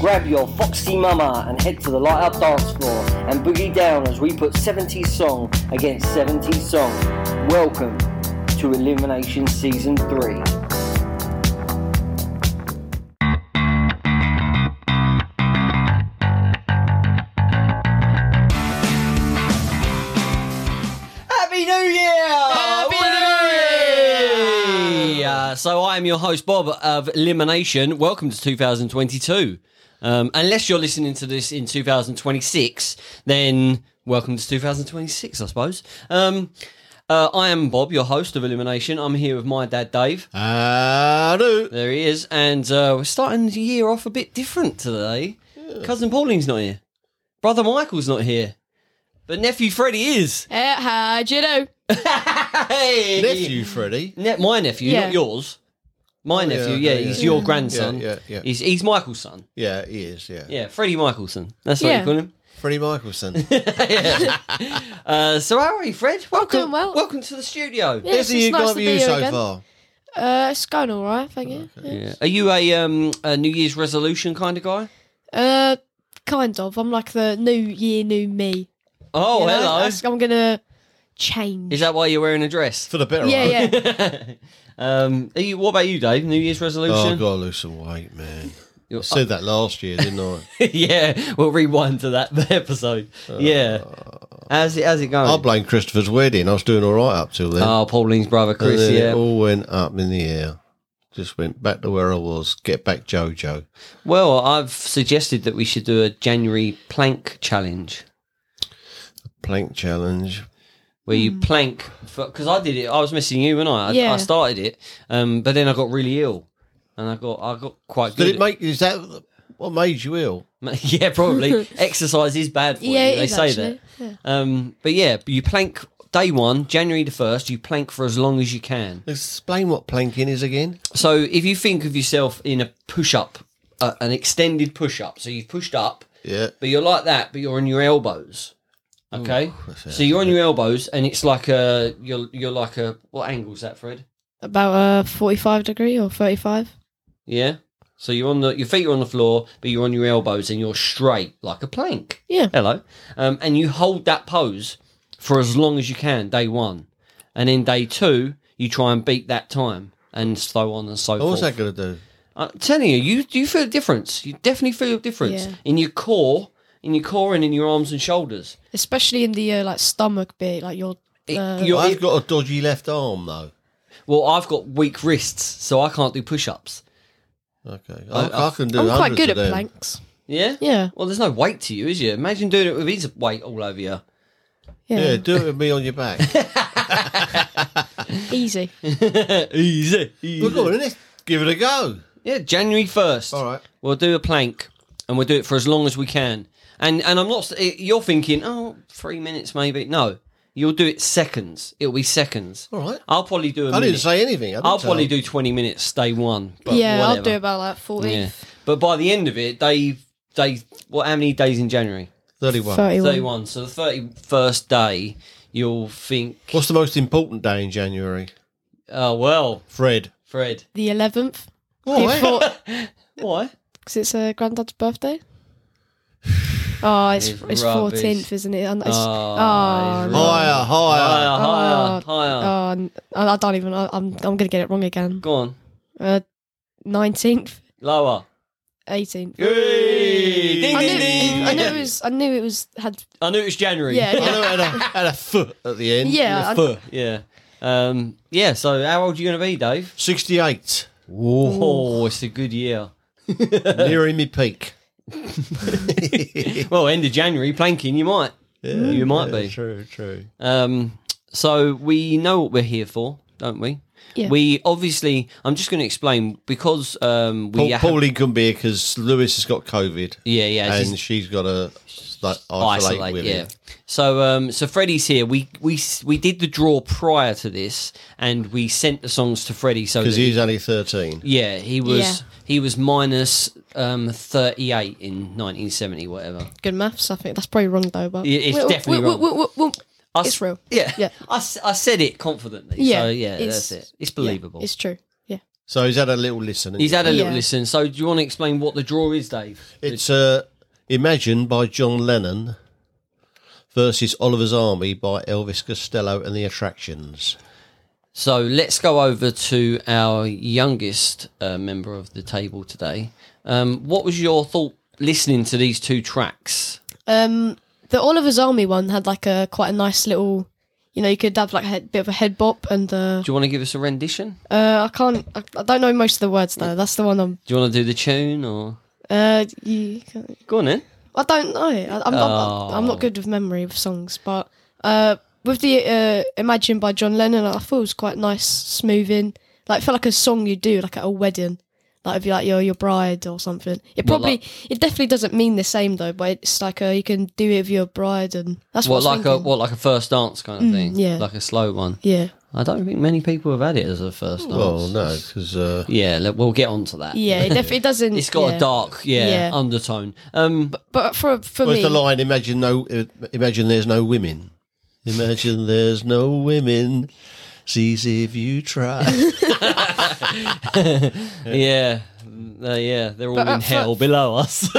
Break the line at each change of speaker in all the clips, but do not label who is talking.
grab your foxy mama and head for the light up dance floor and boogie down as we put 70s song against 70s song. Welcome to Elimination Season 3.
Happy New Year! Happy New Year! Uh, so I am your host Bob of Elimination. Welcome to 2022. Um, unless you're listening to this in 2026, then welcome to 2026, I suppose. Um, uh, I am Bob, your host of Elimination. I'm here with my dad, Dave.
Uh. Hello.
There he is, and uh, we're starting the year off a bit different today. Cousin Pauline's not here. Brother Michael's not here. But nephew Freddie is.
Uh, how'd you do?
Hey!
Nephew Freddie.
Ne- my nephew,
Yeah.
not yours. My nephew, yeah,
Oh, yeah,
he's
yeah.
your grandson.
Yeah, yeah, yeah.
He's he's Michael's son.
Yeah, he is, yeah.
Yeah, Freddie Michelson. That's what
Yeah.
you call him.
Freddie Michelson.
Uh, so how are you, Fred? Welcome,
doing well.
welcome to the studio.
Yeah,
Here's
it's
the you
nice
got
to
of
be
you
here
so
again.
far.
Uh, it's going all right, thank you. Yeah.
Yeah. Are you a um a New Year's resolution kind of guy?
Uh, kind of. I'm like the new year, new me.
Oh,
you know?
hello.
That's- I'm gonna change.
Is that why you're wearing a dress?
For the better
yeah,
right?
yeah.
um, are you, what about you, Dave? New Year's
Oh,
resolution?
I've got to lose some weight, man. I
You're-
said that last year, didn't I?
yeah, we'll rewind to that episode. yeah. How's it, how's it going?
I Uh, blame Christopher's wedding. I was doing all right up till then.
oh, Pauline's brother,
and
Chris,
then
yeah.
it all went up in the air. Just went back to where I was. Get back, Jojo.
Well, I've suggested that we should do a January plank challenge
Plank challenge.
where you plank because I did it. I was missing you and I. I,
Hmm. Yeah.
I started it, um, but then I got really ill, and I got I got quite
Did
good.
it make? Is that what made you ill?
at- yeah, probably exercise is bad for
Yeah,
you.
it
They
is
say
actually.
that. Um, but yeah, you plank day one, January the first. You plank for as long as you can.
Explain what planking is again.
So if you think of yourself in a push up, uh, an extended push up, so you've pushed up,
Yeah.
but you're like that, but you're on your elbows.
Hmm.
Okay,
that's
so you're on your elbows, and it's like a you're you're like a what angle's that, Fred?
About uh, 45 degree or 35.
Yeah. So you're on the your feet are on the floor, but you're on your elbows, and you're straight like a plank.
Yeah.
Hello, um, and you hold that pose for as long as you can. Day one, and then day two, you try and beat that time, and so on and so
Oh,
forth.
what's that going to do?
I'm telling you, you you feel a difference. You definitely feel a difference
Yeah.
in your core, in your core, and in your arms and shoulders.
Especially in the uh, like stomach bit, like your.
It-
Uh,
you're-
I've got a dodgy left arm though.
Well, I've got weak wrists, so I can't do push-ups.
Okay, I, I, can do.
I'm quite
hundreds
good
of
at
them.
planks.
Yeah.
Yeah,
Well, there's no weight to you, is you? Imagine doing it with his weight all over you.
yeah.
Yeah, do it with me on your back.
Easy.
Easy.
well, go on, let's give it a go.
Yeah, January first.
All right.
We'll do a plank, and we'll do it for as long as we can. And and I'm not. s- You're thinking, oh, three minutes maybe. No, you'll do it seconds. It'll be seconds.
All right.
I'll probably do a
I didn't
minute.
say anything. I didn't
I'll
tell
probably
you.
do 20 minutes day one. But
yeah,
whatever.
I'll do about like 40.
Yeah. But by the end of it, they, they, what, how many days in January?
thirty-one.
31.
31. So the 31st day, you'll think,
What's the most important day in January?
oh, well,
Fred.
Fred.
The 11th.
Oh,
Why?
Why?
Because it's uh, granddad's birthday. Oh, it's
It's
it's,
rubbish.
14th, isn't it? And it's,
Oh,
oh,
it's
no.
Higher, higher.
Higher, higher,
Oh,
higher.
Oh, n- I I don't even. I, I'm I'm gonna get it wrong again. Uh,
Go on.
Nineteenth,
Lower.
eighteenth.
Hey! Ding,
I
ding,
knew,
ding.
I knew it was. I knew it was had.
I knew it was January.
Yeah,
I
yeah.
know it had a, had a foot at the end.
Yeah, I-
Fuh, yeah. Um, yeah, so how old are you going to be, Dave?
Sixty-eight.
Oh, it's a good year.
Nearing me peak.
Well, end of January, planking, you might. Mm. you might be.
True, true.
Um, so we know what we're here for, don't we?
Yeah.
We obviously. I'm just going to explain because um, we.
Paul,
have-
Pauline couldn't be because Lewis has got COVID.
yeah, yeah.
and
just
she's got to like, isolate,
isolate,
with
yeah.
it.
So, um, so Freddie's here. We we we did the draw prior to this, and we sent the songs to Freddie. So
Because
that-
he's only 13.
yeah, he was
Yeah.
he was minus um 38 in 1970, whatever.
Good maths, I think. That's probably wrong though. But
Yeah, it's
Well,
definitely
well,
wrong.
well, well, well,
I
It's
s-
real.
Yeah,
Yeah.
I, s- I said it confidently.
Yeah,
so yeah, that's
it's-
it. It's
yeah,
believable.
it's true. Yeah.
So he's had a little listen.
He's had a little
Yeah.
listen. So do you want to explain what the draw is, Dave?
It's uh, Imagine by John Lennon versus Oliver's Army by Elvis Costello and the Attractions.
So let's go over to our youngest uh, member of the table today. Um, what was your thought listening to these two tracks?
Um, the Oliver's Army one had like a quite a nice little, you know, you could have like a head, bit of a head bop and uh,
Do you want to give us a rendition?
uh I can't, I, I don't know most of the words though. That's the one I'm.
Do you want to do the tune or
Uh, you, can-
go on then?
I don't know. I, I'm, not, I'm
Oh.
not good with memory of songs, but uh, with the uh, Imagine by John Lennon, I thought it was quite nice, smoothing. Like, it felt like a song you do like at a wedding. Like if you like your your bride or something, it
What,
probably it definitely doesn't mean the same though. But it's like a, you can do it with your bride, and that's
What
what, I
like
was
a
thinking. Mm,
what like a first dance kind of thing?
yeah.
like a slow one.
Yeah,
I don't think many people have had it as a first dance.
Well, no, because uh,
Yeah, le- we'll get onto that.
yeah, it definitely doesn't.
It's got
yeah.
a dark, yeah,
Yeah.
undertone. Um,
But for for
where's
me,
the line? Imagine no, uh, imagine there's no women. Imagine there's no women. Sees if you try.
yeah, Uh, yeah, they're all
But, uh,
in hell below us.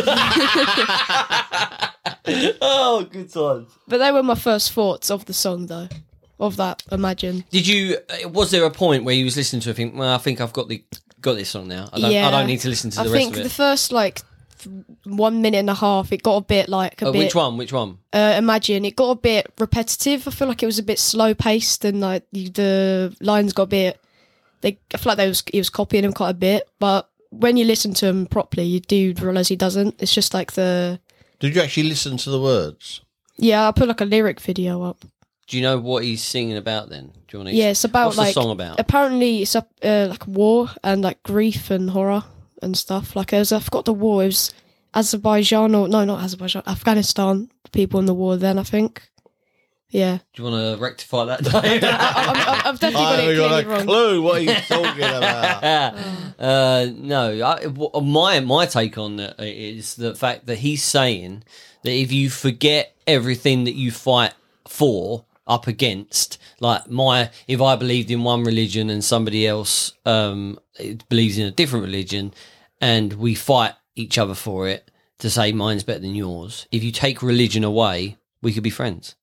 oh, good times.
but they were my first thoughts of the song though, of that Imagine.
Did you? uh, Was there a point where you was listening to it? Think, well, I think I've got the got this song now. I don't, I don't need to listen to the
I
rest
think
of it.
the first like th- one minute and a half, it got a bit like a
Uh,
bit.
which one? Which one?
Uh, imagine it got a bit repetitive. I feel like it was a bit slow paced and like you, the lines got a bit. They, I feel like they was he was copying him quite a bit, but when you listen to him properly, you do realize he doesn't. It's just like the
Did you actually listen to the words?
yeah. I put like a lyric video up.
Do you know what he's singing about? Then do you want to?
Yeah, it's about
what's
like
the song about?
apparently it's up uh, like war and like grief and horror and stuff. Like it was, I forgot the war it was Azerbaijan or no, not Azerbaijan, Afghanistan. The people in the war then I think. Yeah,
do you want to rectify that?
I, I, I've definitely got it
got
clearly
a
wrong.
clue what he's talking about.
uh, no, I, w- my my take on it is the fact that he's saying that if you forget everything that you fight for up against, like my if I believed in one religion and somebody else um, believes in a different religion, and we fight each other for it to say mine's better than yours. If you take religion away, we could be friends,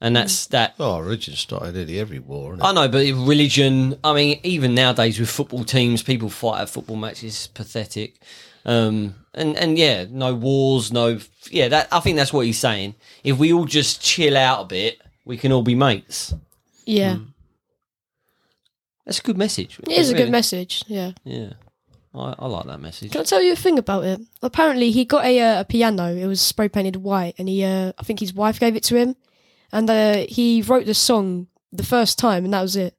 and that's that.
Oh, religion started nearly every war. Isn't it?
I know, but religion. I mean, even nowadays with football teams, people fight at football matches. Pathetic. Um, and and yeah, no wars, no yeah. That I think that's what he's saying. If we all just chill out a bit, we can all be mates.
Yeah,
That's a good message.
it is a
Really.
good message. Yeah,
Yeah, I, I like that message.
can I tell you a thing about it? Apparently, he got a uh, a piano. It was spray painted white, and he uh, I think his wife gave it to him, and uh, he wrote the song the first time, and that was it.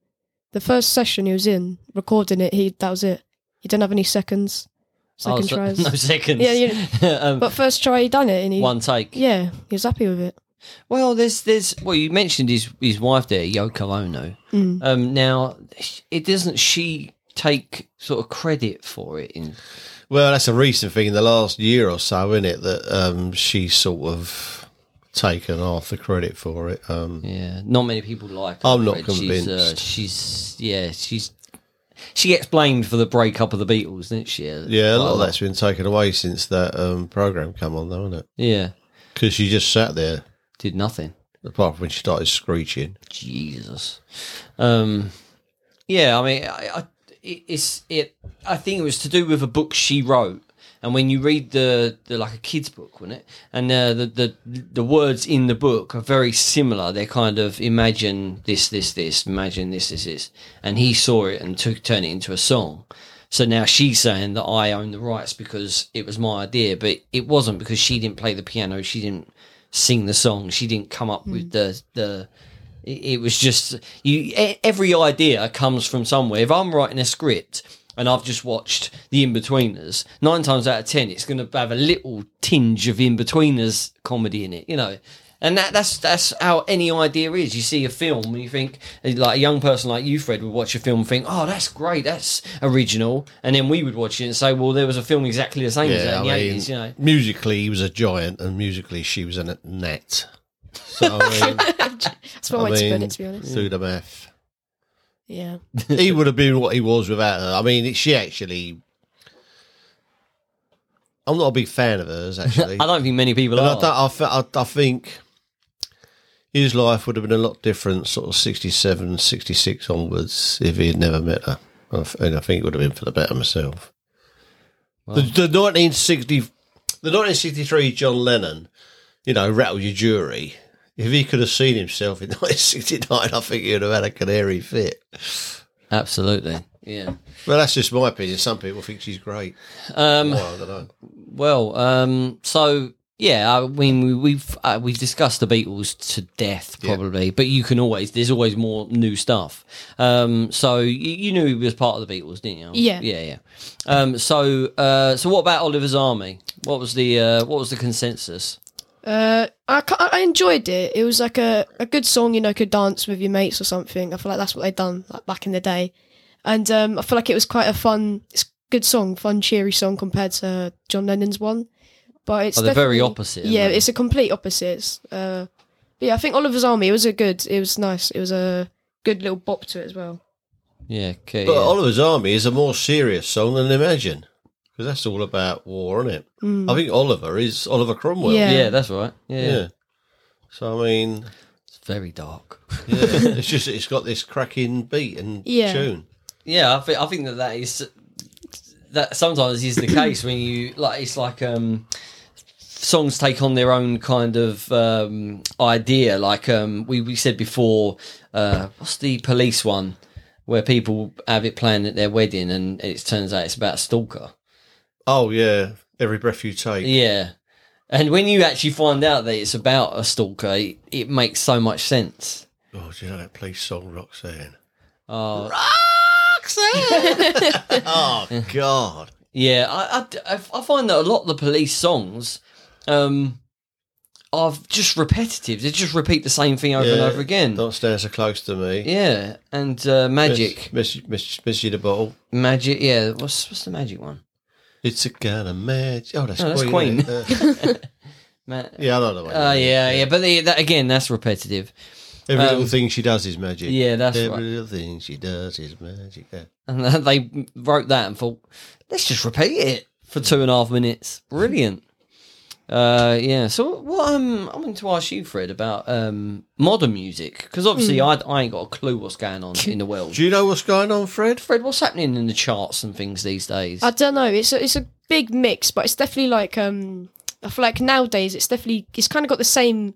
The first session he was in recording it, he that was it. He didn't have any seconds,
Oh,
second
so-
tries.
No seconds.
Yeah, you
um,
But first try, he done it, and he
one take.
yeah, he was happy with it.
Well, there's there's well, you mentioned his his wife there, Yoko Ono.
Mm.
Um, now, it doesn't she take sort of credit for it in
Well, that's a recent thing in the last year or so, isn't it? That um, she's sort of taken half the credit for it. Um,
Yeah, not many people like. her,
I'm not
Fred. She's, uh,
convinced.
she's yeah, she's she gets blamed for the breakup of the Beatles, didn't she?
yeah, a lot of
Quite
that's been taken away since that um, program come on, though, isn't it?
Yeah,
Because she just sat there,
did nothing.
apart from when she started screeching.
Jesus. Um, yeah, I mean, I, I, it- it's it. I think it was to do with a book she wrote, and when you read the, the like a kid's book, wasn't it? And uh, the the the words in the book are very similar. They're kind of imagine this, this, this, imagine this, this, this, and he saw it and took turned it into a song. So now she's saying that I own the rights because it was my idea, but it wasn't because she didn't play the piano, she didn't sing the song, she didn't come up with the the it it was just you. e- Every idea comes from somewhere. If I'm writing a script and I've just watched The Inbetweeners, nine times out of ten, it's going to have a little tinge of Inbetweeners comedy in it, you know. And that, that's that's how any idea is. You see a film and you think, like a young person like you, Fred, would watch a film and think, "Oh, that's great, that's original," and then we would watch it and say, "Well, there was a film exactly the same as that in
Yeah, I
the
mean,
eighties, you know."
musically he was a giant, and musically she was a gnat. So I mean,
That's one
I
way to put
mean,
it, to be honest.
through the math.
Yeah.
he would have been what he was without her. I mean, she actually. I'm not a big fan of hers, actually.
I don't think many people
And I,
are.
don't, I, fe- I, I think his life would have been a lot different, sort of 67, 66 onwards, if he had never met her. I f- And I think it would have been for the better myself. The, the 1960, the 1963 John Lennon, you know, rattle your jury. If he could have seen himself in 1969, I think he'd have had a canary fit.
Absolutely. Yeah.
Well, that's just my opinion. Some people think she's great. Um, I don't know.
Well, um, so yeah, I mean, we, we've uh, we've discussed the Beatles to death probably, but you can always there's always more new stuff. Um, so you, you knew he was part of the Beatles, didn't you?
Yeah.
yeah, yeah. Um, so uh, so what about Oliver's Army? What was the uh, what was the consensus?
Uh, I, ca- I enjoyed it. It was like a, a good song, you know, could dance with your mates or something. I feel like that's what they'd done like, back in the day. And um, I feel like it was quite a fun, it's a good song, fun, cheery song compared to John Lennon's one. But it's
Oh, they're very
definitely-
opposite, aren't
Yeah,
they?
it's a complete opposite. It's, Uh, but yeah, I think Oliver's Army. It was a good. It was nice. It was a good little bop to it as well.
Yeah, okay.
But
yeah.
Oliver's Army is a more serious song than Imagine, because that's all about war, isn't it? I think Oliver is Oliver Cromwell.
Hmm. Yeah.
yeah, that's right. Yeah,
Yeah. So I mean,
it's very dark.
yeah, it's just it's got this cracking beat and
Yeah.
tune.
Yeah, I think I think that that is that sometimes is the case when you like it's like um songs take on their own kind of um idea like um we, we said before uh what's the police one where people have it planned at their wedding and it turns out it's about a stalker
Oh yeah, every breath you take.
yeah and when you actually find out that it's about a stalker it, it makes so much sense
Oh, do you know that police song Roxanne?
oh
Oh God.
Yeah, I, I, I find that a lot of the police songs um, are just repetitive. They just repeat the same thing over and
Yeah,
over again.
Don't stand so close to me.
Yeah, and uh, magic,
Miss, miss, miss, miss you the bottle.
magic. Yeah, what's what's the magic one?
It's a kind of magic. Oh, that's
No, that's
Queen. isn't it? Uh,
Ma-
yeah, I don't know. what
Oh
you mean.
yeah, yeah. But the, that, again, that's repetitive.
Every
Um,
little thing she does is magic.
yeah, that's
Every
right.
little thing she does is magic. Yeah.
And they wrote that and thought, let's just repeat it for two and a half minutes. Brilliant. Uh, yeah. So what? Um, I wanted to ask you, Fred, about um modern music because obviously
Hmm.
I, I ain't got a clue what's going on in the world.
Do you know what's going on, Fred?
Fred, what's happening in the charts and things these days?
I don't know. It's a, it's a big mix, but it's definitely like um, I feel like nowadays it's definitely it's kind of got the same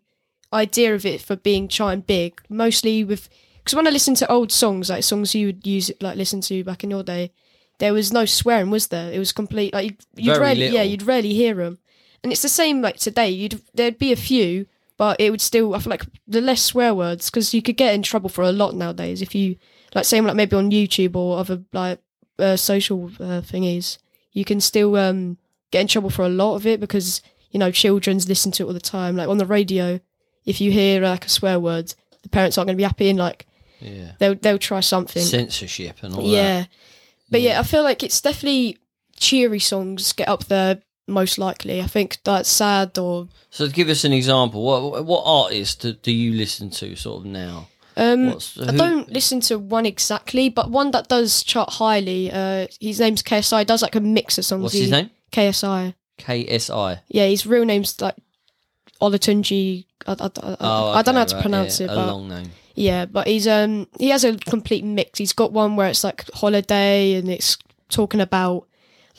idea of it for being trying big, mostly with because when I listen to old songs, like songs you would use like listen to back in your day, there was no swearing, was there? It was complete like you'd, you'd
Very
rarely yeah
little.
you'd rarely hear them, and it's the same like today. You'd there'd be a few. But it would still, I feel like the less swear words, because you could get in trouble for a lot nowadays if you, like, same like maybe on YouTube or other like uh, social uh, thingies, you can still um, get in trouble for a lot of it because you know childrens listen to it all the time. Like on the radio, if you hear like a swear word, the parents aren't going to be happy and like
yeah,
they'll they'll try something.
censorship and all that.
yeah, but yeah. I feel like it's definitely cheery songs get up there most likely. I think that's sad or
So give us an example. What what artists do, do you listen to sort of now?
um,
What's-
I
who-
don't listen to one exactly, but one that does chart highly. Uh, his name's KSI. He Does like a mix of songs.
What's
He-
his name?
KSI.
KSI.
Yeah, his real name's like Olatunji. I, I, I,
Oh,
I don't know how
okay,
to
right,
pronounce
yeah,
it,
A
but
long name.
yeah, but he's um he has a complete mix. He's got one where it's like holiday and it's talking about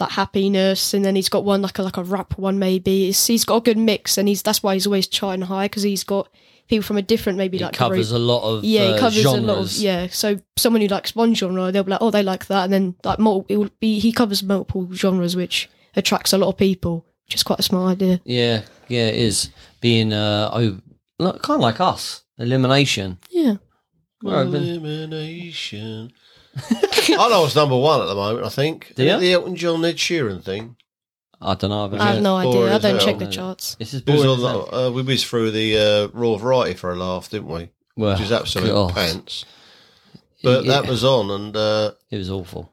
like happiness, and then he's got one like a like a rap one maybe. It's, he's got a good mix, and he's that's why he's always charting high because he's got people from a different maybe
It
like group.
covers a lot of
Yeah,
uh,
it covers
genres.
a lot of yeah. So someone who likes one genre, they'll be like, oh, they like that, and then like multiple, it will be he covers multiple genres, which attracts a lot of people, which is quite a smart idea.
Yeah, yeah, it is being uh oh, look, kind of like us. Elimination.
Yeah,
We're
Mm.
open.
Elimination. I know it's number one at the moment. I think
Do ya?
the Elton John Ed Sheeran thing.
I don't know.
I have no
Or
idea. I
is
don't
it-
check the charts.
This is
It was
boring.
on the- uh, we whizzed through the uh, raw variety for a laugh, didn't we?
well,
Which is absolute
Ah, God.
pants. But
Yeah,
that was on, and uh,
it was awful.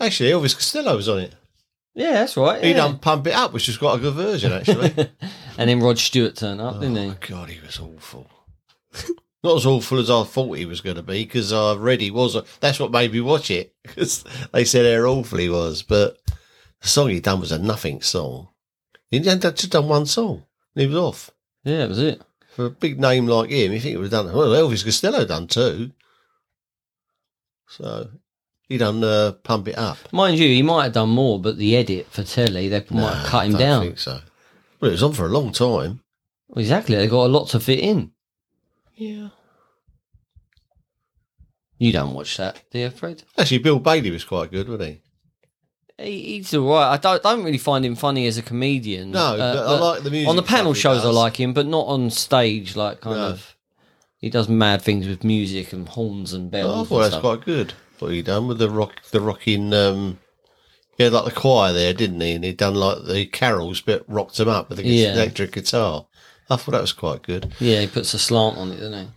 actually Elvis Costello was on it.
Yeah, that's right.
He
yeah.
done pump it up, which was quite a good version actually. Oh
And then Rod Stewart turned up, didn't he?
God, he was awful. Not as awful as I thought he was going to be because I read he was. That's what made me watch it because they said how awful he was. But the song he done was a nothing song. He had just done one song. And he was off
Yeah, that was it.
for a big name like him, you think he would have done well. Elvis Costello done too, so he done uh, pump it up.
Mind you, he might have done more, but the edit for telly, they might have cut him
I don't
down.
Think so. Well, it was on for a long time.
Well, Exactly, they got a lot to fit in.
Yeah.
You don't watch that, do you, Fred?
Actually, Bill Bailey was quite good, wasn't he?
He, he's all right. I don't, don't really find him funny as a comedian.
No, but I like the
Mm.
music
Uh, On the panel
stuff he
shows, I
does.
like him, but not on stage. Like kind
No.
of, he does mad things with music and horns and bells.
Oh, I
and
thought that's
stuff.
quite good. What he done with the rock, the rocking. Um, he had like the choir there, didn't he? And he done like the carols, but rocked them up with the
Yeah.
electric guitar. I thought that was quite good.
Yeah, he puts a slant on it, doesn't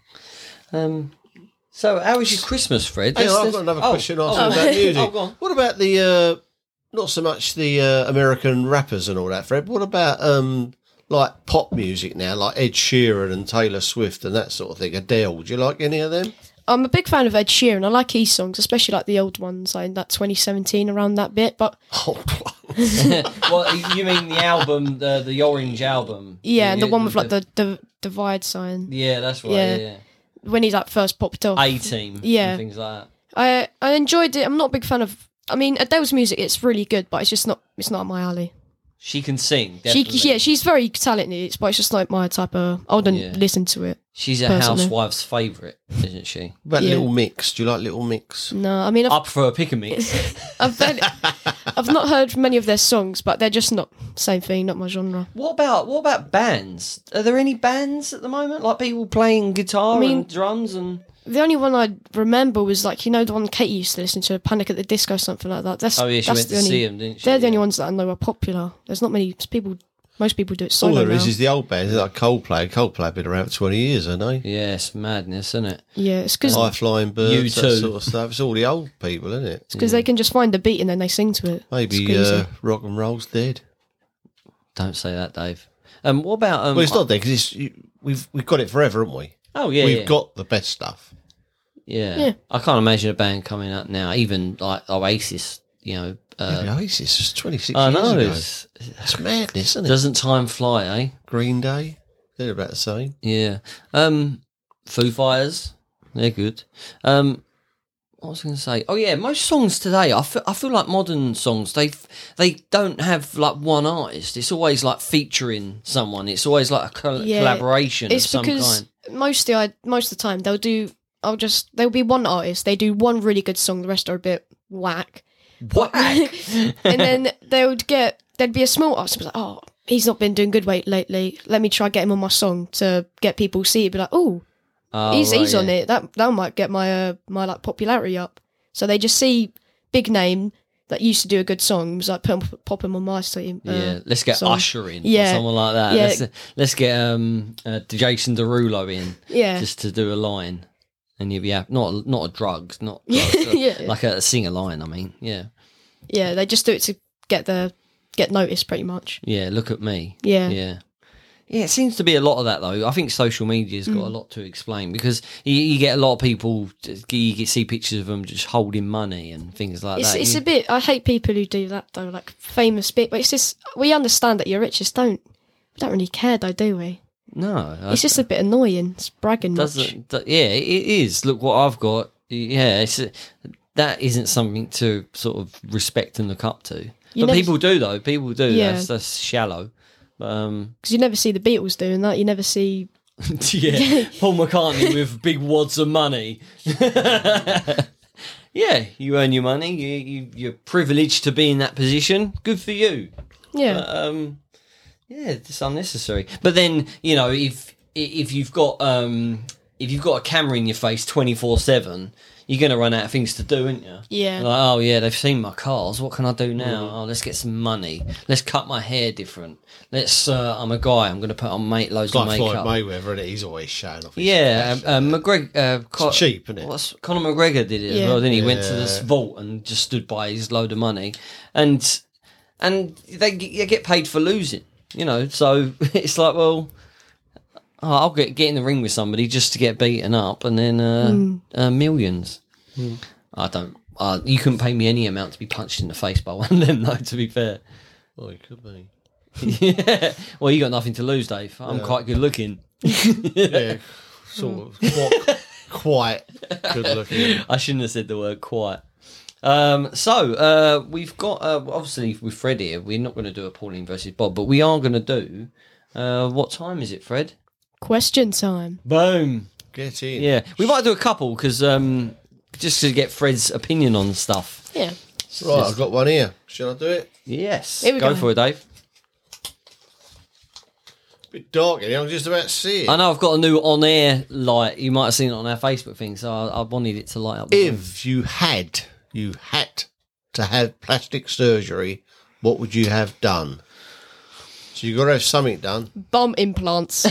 he? Um, so, how was your Christmas, Fred?
Hang
Let's-
on, I've
let's-
got another
oh,
question after
oh,
about music.
oh, go on.
What about the uh, not so much the uh, American rappers and all that, Fred? What about um, like pop music now, like Ed Sheeran and Taylor Swift and that sort of thing? Adele, do you like any of them?
I'm a big fan of Ed Sheeran. I like his songs, especially like the old ones, like in that 2017 around that bit. But
Oh,
well, you mean the album, the the orange album?
yeah, and the one with like the, the divide sign
yeah, that's right.
Yeah.
Yeah,
when he's like first popped off.
A team.
Yeah.
and things like that.
I I enjoyed it. I'm not a big fan of. I mean, Adele's music it's really good, but it's just not it's not my alley.
She can sing. definitely.
She yeah, she's very talented, it's- but it's just not my type of. I wouldn't
Yeah.
listen to it.
she's a
personally.
housewife's favourite, isn't she?
What about
Yeah.
Little Mix? Do you like Little Mix?
No, I mean I've
Up for a pick a mix.
I've, heard, I've not heard many of their songs, but they're just not same thing, not my genre.
What about what about bands? Are there any bands at the moment? Like people playing guitar
I mean-
and drums and
The only one I remember was like you know the one Katie used to listen to, Panic at the Disco, or something like that. That's
oh yeah, she
that's
went
the
to
only,
see them, didn't she?
They're the only
Yeah.
ones that I know are popular. There's not many people. Most people do it
All
solo
there
now.
is is the old bands like Coldplay. Coldplay have been around for twenty years, I know.
Yeah, it's madness, isn't it?
yeah, it's because
High flying birds,
U2.
that sort of stuff. It's all the old people, isn't it?
they can just find the beat and then they sing to it. It's
Maybe
crazy.
uh, rock and roll's dead.
Don't say that, Dave. Um, what about um?
Well, it's not dead because we've we've got it forever, haven't we?
oh yeah,
we've
yeah.
got the best stuff.
Yeah.
Yeah.
I can't imagine a band coming out now, even like Oasis, you know. Uh,
Yeah, Oasis was 26
I
years
know.
ago.
It's,
It's madness, isn't it?
doesn't time fly, eh?
Green Day, they're about the same.
Yeah. Um, Foo Fighters, they're good. Um, what was I going to say? Oh yeah, most songs today, I feel, I feel like modern songs they they don't have like one artist. It's always like featuring someone. It's always like a col-
Yeah,
collaboration
It's
of some
because
kind.
most the most of the time they'll do. I'll just they'll be one artist. They do one really good song. The rest are a bit whack.
What?
and then they would get there'd be a small artist who'd be like, oh, he's not been doing good weight lately. Let me try get him on my song to get people to see it. Be like, oh,
Oh,
he's
right,
he's on
yeah.
it. That that might get my uh, my like popularity up. So they just see big name that used to do a good song. Was like put him, pop him on my team. Uh,
Yeah, let's get
song.
Usher in or
Yeah.
someone like that.
Yeah.
Let's, uh, let's get um, uh, Jason Derulo in
yeah,
just to do a line, and you'll be happy. Not not a drugs, not drugs,
Yeah.
like a, singer line. I mean, yeah,
yeah. They just do it to get the get noticed, pretty much.
yeah. Look at me.
Yeah.
yeah. Yeah, it seems to be a lot of that though. I think social media's
Mm.
got a lot to explain because you, you get a lot of people. You get see pictures of them just holding money and things like
It's,
that.
it's
You-
a bit. I hate people who do that though, like famous bit. But it's just we understand that you're rich. Just don't we don't really care though, do we?
no, I-
It's just a bit annoying. It's bragging much.
doesn't. do- yeah, it is. Look what I've got. Yeah, it's that isn't something to sort of respect and look up to. but
You never-
people do though. People do.
Yeah.
That's, that's shallow. But, um,
Because you never see the Beatles doing that. You never see.
yeah, Paul McCartney with big wads of money. yeah, you earn your money. You, you you're privileged to be in that position. Good for you.
Yeah,
um yeah it's unnecessary but then you know if if you've got um if you've got a camera in your face 24 7 you're gonna run out of things to do aren't you
Yeah.
like oh yeah they've seen my cars what can i do now oh let's get some money let's cut my hair different let's uh, i'm a guy i'm gonna put on mate loads
It's like
of makeup
Floyd Mayweather, isn't it? He's always showing off. His
yeah,
fashion.
um, McGregor. Uh, Co-
It's cheap, innit?
What's Conor McGregor did it as
Yeah.
well, didn't he? Went to this
Yeah.
vault and just stood by his load of money, and and they, g- you get paid for losing, you know. So it's like, well, oh, I'll get get in the ring with somebody just to get beaten up, and then uh, uh, millions.
Hmm.
I don't. Uh, you couldn't pay me any amount to be punched in the face by one of them, though. To be fair,
Well, it Oh, could be.
yeah. Well, you got nothing to lose, Dave. I'm quite good looking.
Yeah, sort of. Quite, quite good looking.
I shouldn't have said the word quite. Um, so uh, we've got uh, obviously with Fred here. We're not going to do a Pauline versus Bob, but we are going to do. Uh, what time is it, Fred?
Question time.
Boom.
Get in.
Yeah, we might do a couple because um, just to get Fred's opinion on stuff.
Yeah.
Right, I've got one here. Shall I do it?
Yes,
Here we
go,
go.
for it, Dave.
bit dark in here. I'm just about to see it.
I know I've got a new on-air light. You might have seen it on our Facebook thing, so I, I wanted it to light up. the room.
If you had, you had to have plastic surgery, what would you have done? So you've got to have something done.
Bomb implants.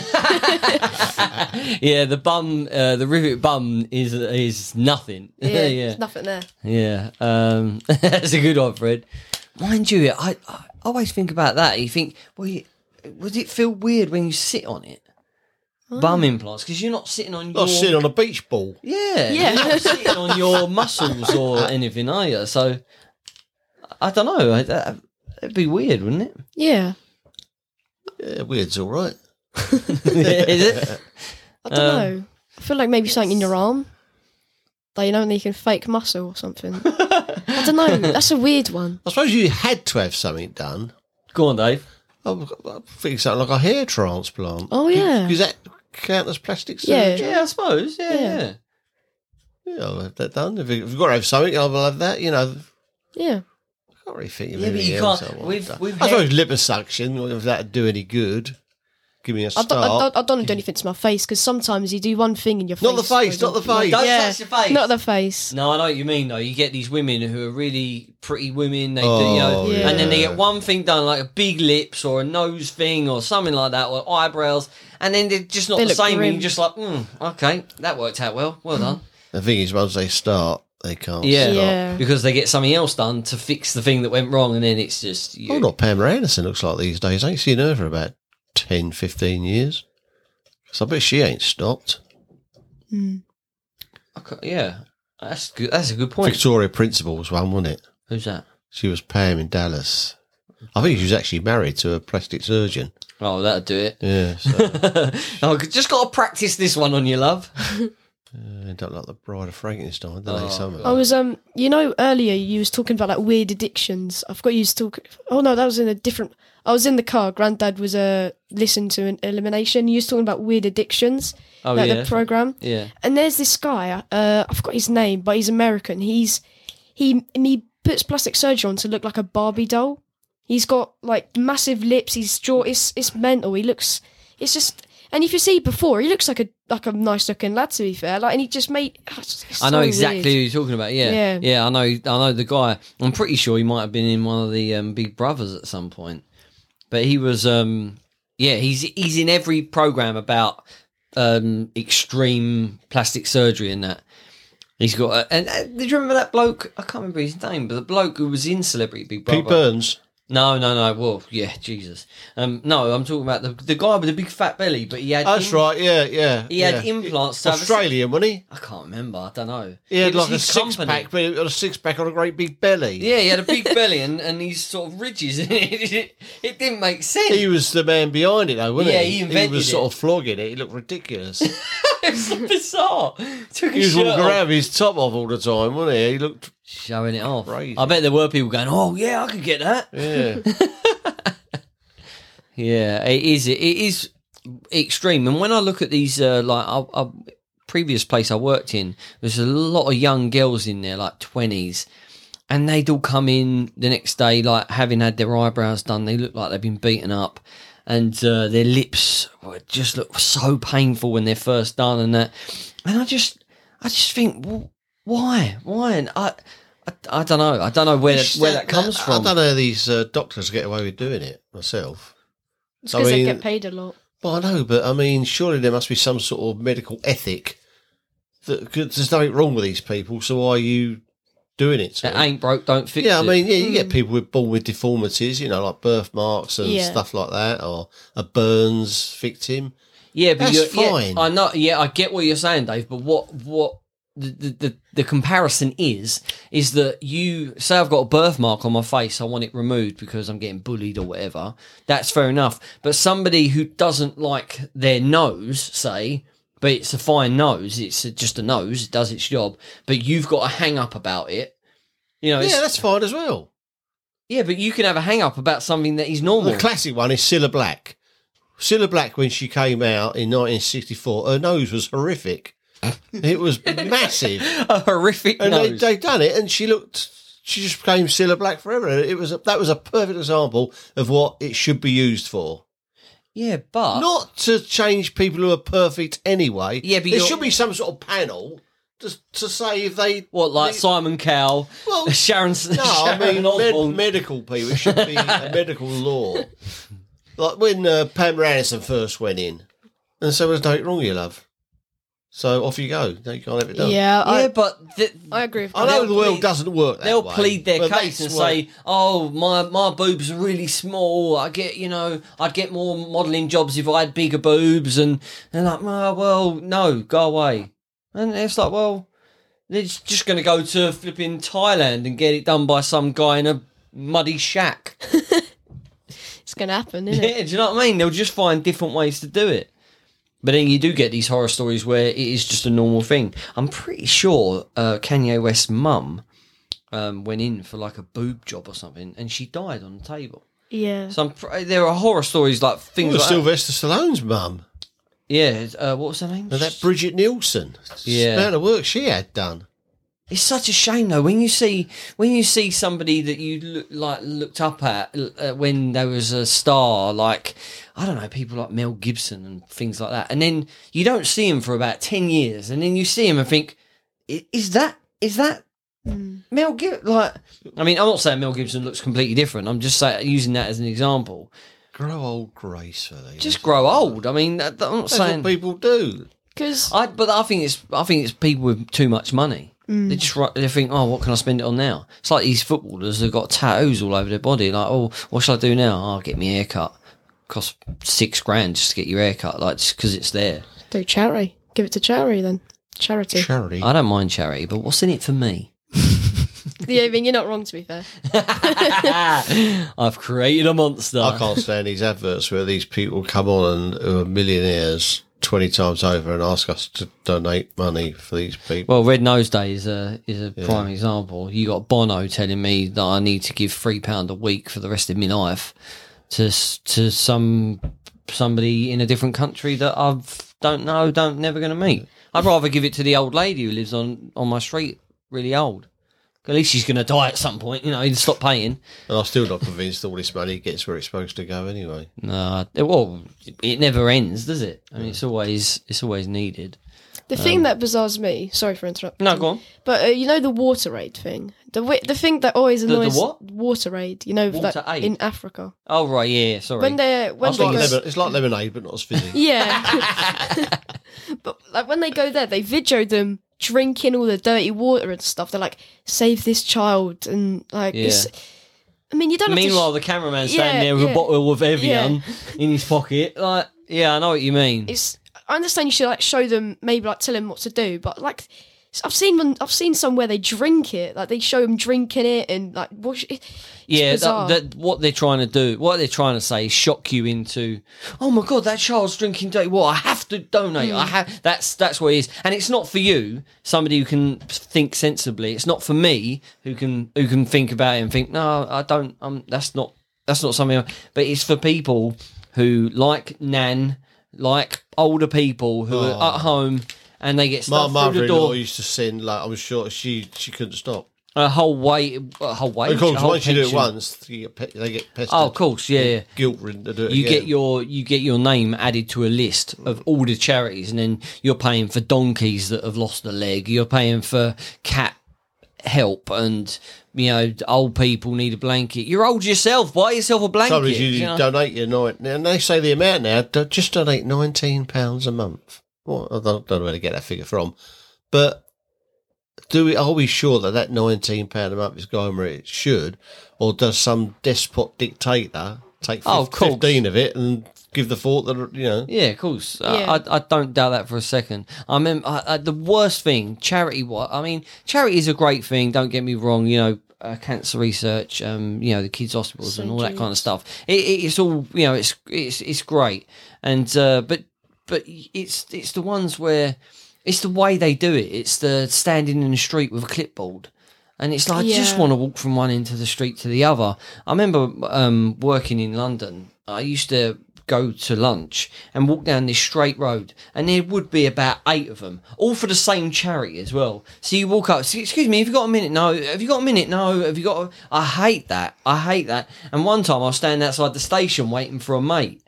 yeah, the bum, uh, the rivet bum is is nothing.
Yeah,
yeah,
There's nothing there.
Yeah, um, that's a good one, Fred. Mind you, I, I always think about that. You think, well, you, would it feel weird when you sit on it?
Oh.
Bum implants because you're not sitting on your
Not sitting on a beach ball.
yeah,
Yeah.
you're not sitting on your muscles or anything, are you? So I don't know. I, that, it'd be weird, wouldn't it?
Yeah.
Yeah, weird's all right.
Is it?
I don't know. I feel like maybe something in your arm. Like, you know, and you can fake muscle or something. I don't know. That's a weird one.
I suppose you had to have something done.
Go on, Dave.
I I think something like a hair transplant.
Oh, yeah.
Is that count as plastic
Yeah.
surgery?
Yeah, I suppose. Yeah, yeah.
Yeah.
Yeah, I'll have that done. If you- if you've got to have something, I'll have that. You know,
Yeah.
I can't really think of
Yeah, but you
anything else.
can't-
I want
we've-
done.
we've
I
had-
suppose liposuction. If that'd do any good, give me a
I
start.
don't, I don't, I don't do anything to my face because sometimes you do one thing in your face.
Not the
for
face, not the
example.
face.
Don't
Yeah.
touch your face.
Not the face.
No, I know what you mean though. You get these women who are really pretty women. They do, you know,
Oh,
yeah.
and then they
yeah.
get one thing done, like a big lips or a nose thing or something like that, or eyebrows, and then they're just not
They
the
look
same.
grim.
And you're just like, mm, okay, that worked out well. Well done.
The thing is, once they start, they can't.
Yeah.
stop.
Yeah.
Because they get something else done to fix the thing that went wrong, and then it's just you.
Oh, not Pamela Anderson looks like these days. I ain't seen her for about 10, 15 years. So I bet she ain't stopped.
Mm.
Okay, yeah, that's good. That's a good point.
Victoria Principal was one, wasn't it?
Who's that?
She was Pam in Dallas. I think she was actually married to a plastic surgeon.
Oh, that'll do it.
Yeah, so
oh, just got to practice this one on you, love.
end up like the Bride of Frankenstein, didn't
Oh,
they? Some of
I
them.
was, um, you know, earlier you was talking about like weird addictions. I've got you to talk. Oh no, that was in a different. I was in the car. Granddad was uh listening to an elimination. You was talking about weird addictions,
Oh
like
yeah,
the program.
yeah.
And there's this guy. Uh, I forgot his name, but he's American. He's he and he puts plastic surgery on to look like a Barbie doll. He's got like massive lips. His jaw. It's it's mental. He looks. It's just. And if you see before, he looks like a like a nice looking lad. To be fair, like and he just made. it's
I
so
know
weird.
exactly who you're talking about. Yeah. yeah,
Yeah.
I know. I know the guy. I'm pretty sure he might have been in one of the um, Big Brothers at some point, but he was. Um, yeah, he's he's in every program about um, extreme plastic surgery and that. He's got. A, and uh, did you remember that bloke? I can't remember his name, but the bloke who was in Celebrity Big Brother.
Pete Burns.
No, no, no. Well, yeah, Jesus. Um, no, I'm talking about the the guy with the big fat belly, but he had.
That's
im-
right, yeah, yeah.
He had
yeah.
implants. to have a-
Australian, wasn't he?
I can't remember. I don't know.
He
It
had
was
like a
his
six
company.
pack, but he had a six pack on a great big belly.
Yeah, he had a big belly and, and these sort of ridges in it. It, didn't make sense.
He was the man behind it, though, wasn't
Yeah,
he?
he invented
was
it.
sort of flogging it. He looked ridiculous. he
it was so bizarre. Took his
was
shirt
walking
off,
around with his top off all the time, wasn't he? He looked,
showing it off.
Crazy.
I bet there were people going, "Oh yeah, I could get that."
yeah.
Yeah, it is. It is extreme. And when I look at these, uh, like I, I, previous place I worked in, there's a lot of young girls in there, like twenties, and they'd all come in the next day, like having had their eyebrows done. They look like they've been beaten up, and uh, their lips were- just look so painful when they're first done, and that. And I just, I just think, well, why, why, and I. I, I don't know. I don't know where that, where that comes
I-
from.
I don't know how these uh, doctors get away with doing it myself.
It's
I
'cause
mean-
they get paid a lot.
Well, I know, but I mean, surely there must be some sort of medical ethic. That, 'cause there's nothing wrong with these people, so why are you doing it? To
It
them?
ain't broke, don't fix
yeah, I
it.
mean, yeah, you
Hmm.
get people with born with deformities, you know, like birthmarks and
Yeah.
stuff like that, or a Burns victim.
Yeah, but
That's
you're, yeah,
fine.
I know. Yeah, I get what you're saying, Dave. But what what the, the the the comparison is is that you say I've got a birthmark on my face, I want it removed because I'm getting bullied or whatever. That's fair enough. But somebody who doesn't like their nose, say. But it's a fine nose. It's a- just a nose. It does its job. But you've got a hang up about it. You know.
yeah,
it's-
that's fine as well.
Yeah, but you can have a hang up about something that is normal.
The classic one is Cilla Black. Cilla Black, when she came out in 1964, her nose was horrific. it was massive.
a horrific
And they,
nose.
they done it, and she looked. She just became Cilla Black forever. It was a, that was a perfect example of what it should be used for.
yeah, but
Not to change people who are perfect anyway.
Uh, Yeah, but
there
you're-
should be some sort of panel to, to say if they
What, like Simon Cowell,
Well,
Sharon,
No,
Sharon
I mean med-
Osbourne?
medical people. It should be a medical law. Like when uh, Pam Anderson first went in, and so there's nothing wrong, with you love. So off you go. No, you can't have it
Yeah,
done.
yeah,
I,
but th-
I agree with
I
that.
know
They'll
the world
plead-
doesn't work. That
they'll
way,
plead their
but
case and
that's what-
say, "Oh, my my boobs are really small. I get, you know, I'd get more modelling jobs if I had bigger boobs." And they're like, "Oh, well, no, go away." And it's like, well, they're just- just going to go to flipping Thailand and get it done by some guy in a muddy shack.
It's going to happen, isn't it?
Yeah, do you know what I mean? They'll just find different ways to do it. But then you do get these horror stories where it is just a normal thing. I'm pretty sure uh, Kanye West's mum um, went in for like a boob job or something, and she died on the table.
Yeah.
So I'm pr- there are horror stories like
It
things
was
like that.
Sylvester Stallone's mum.
yeah. Uh, what was her name?
And that Bridget Nielsen.
Yeah.
The amount of work she had done.
It's such a shame though when you see when you see somebody that you look, like looked up at uh, when there was a star like I don't know people like Mel Gibson and things like that, and then you don't see him for about ten years, and then you see him and think, "I- is that is that Mel Gibson? Like, I mean, I'm not saying Mel Gibson looks completely different. I'm just saying, using that as an example.
Grow old gracefully.
Just grow old. I mean, that- that- I'm not
That's
saying
what people do.
Because
I, but I think it's I think it's people with too much money. They just ri- they think, oh, what can I spend it on now? It's like these footballers have got tattoos all over their body. Like, oh, what should I do now? Oh, I'll get my hair cut. Cost six grand just to get your hair cut, like just because it's there.
do charity. Give it to charity then. Charity.
Charity.
I don't mind charity, but what's in it for me?
yeah, I mean, you're not wrong, to be fair.
I've created a monster.
I can't stand these adverts where these people come on and who are millionaires twenty times over and ask us to donate money for these people.
Well, Red Nose Day is a is a prime example. You got Bono telling me that I need to give three pound a week for the rest of my life to s- to some somebody in a different country that I've don't know, don't never going to meet. I'd rather give it to the old lady who lives on on my street, really old. At least she's going to die at some point, you know. He'd stop paying.
and I'm still not convinced all this money gets where it's supposed to go anyway.
No, it- well, it never ends, does it? I mean, it's always it's always needed.
The thing that bazaars me, sorry for interrupting.
Um, No, go on.
But uh, you know the water aid thing? The wi- the thing that always
the
annoys
what?
water aid, you know,
Water
that
aid?
in Africa.
Oh right, yeah, sorry.
When they when
It's
they
like,
go,
lemon, it's like lemonade, but not as fizzy.
Yeah. but like when they go there, they video them drinking all the dirty water and stuff. They're like, save this child and like it's I mean you don't
Meanwhile,
have
the
to
cameraman
Yeah,
standing there with a
yeah.
bottle of Evian
Yeah.
in his pocket. Like, yeah, I know what you mean.
it's I understand you should like show them maybe like tell them what to do, but like I've seen one, I've seen some where they drink it, like they show them drinking it and like wash it.
yeah, that,
bizarre.
that, what they're trying to do, what they're trying to say, is shock you into, oh my god, that child's drinking dirty water. I have to donate. I have. That's that's what it is, and it's not for you, somebody who can think sensibly. It's not for me who can who can think about it and think, no, I don't. Um, that's not that's not something. I-" But it's for people who like Nan, like older people who are at home. And they get stuff
Oh. My
through the
mother-in-law
door.
used to send like I'm sure she she couldn't stop.
a whole way, a whole way.
Of course, once you do it
pension.
once, you get pe- they get pestered.
Oh, of course, yeah. yeah.
guilt ridden to do it.
You
again.
get your you get your name added to a list of all the charities, and then you're paying for donkeys that have lost a leg. You're paying for cat help, and you know old people need a blanket. You're old yourself. Buy yourself a blanket.
Sometimes you,
you know?
donate your nine, and they say the amount now. do- Just donate nineteen pounds a month. Well, I don't, don't know where to get that figure from, but do we are we sure that that nineteen pound a month is going where it should, or does some despot dictator take fif-
Oh, of course.
fifteen of it and give the thought that you know.
Yeah, of course.
Yeah.
I, I, I don't doubt that for a second. I mean, I, I, the worst thing, charity. What I mean, charity is a great thing. Don't get me wrong. You know, uh, cancer research. Um, you know, the kids' hospitals and all that kind of stuff. It, it, it's all you know. It's it's it's great. And uh, but but it's it's the ones where it's the way they do it. It's the standing in the street with a clipboard. And it's like, I just
Yeah.
want to walk from one end of the street to the other. I remember um, working in London. I used to go to lunch and walk down this straight road, and there would be about eight of them, all for the same charity as well. So you walk up, "S- excuse me, have you got a minute? No. Have you got a minute? No. Have you got? A... I hate that. I hate that. And one time I was standing outside the station waiting for a mate.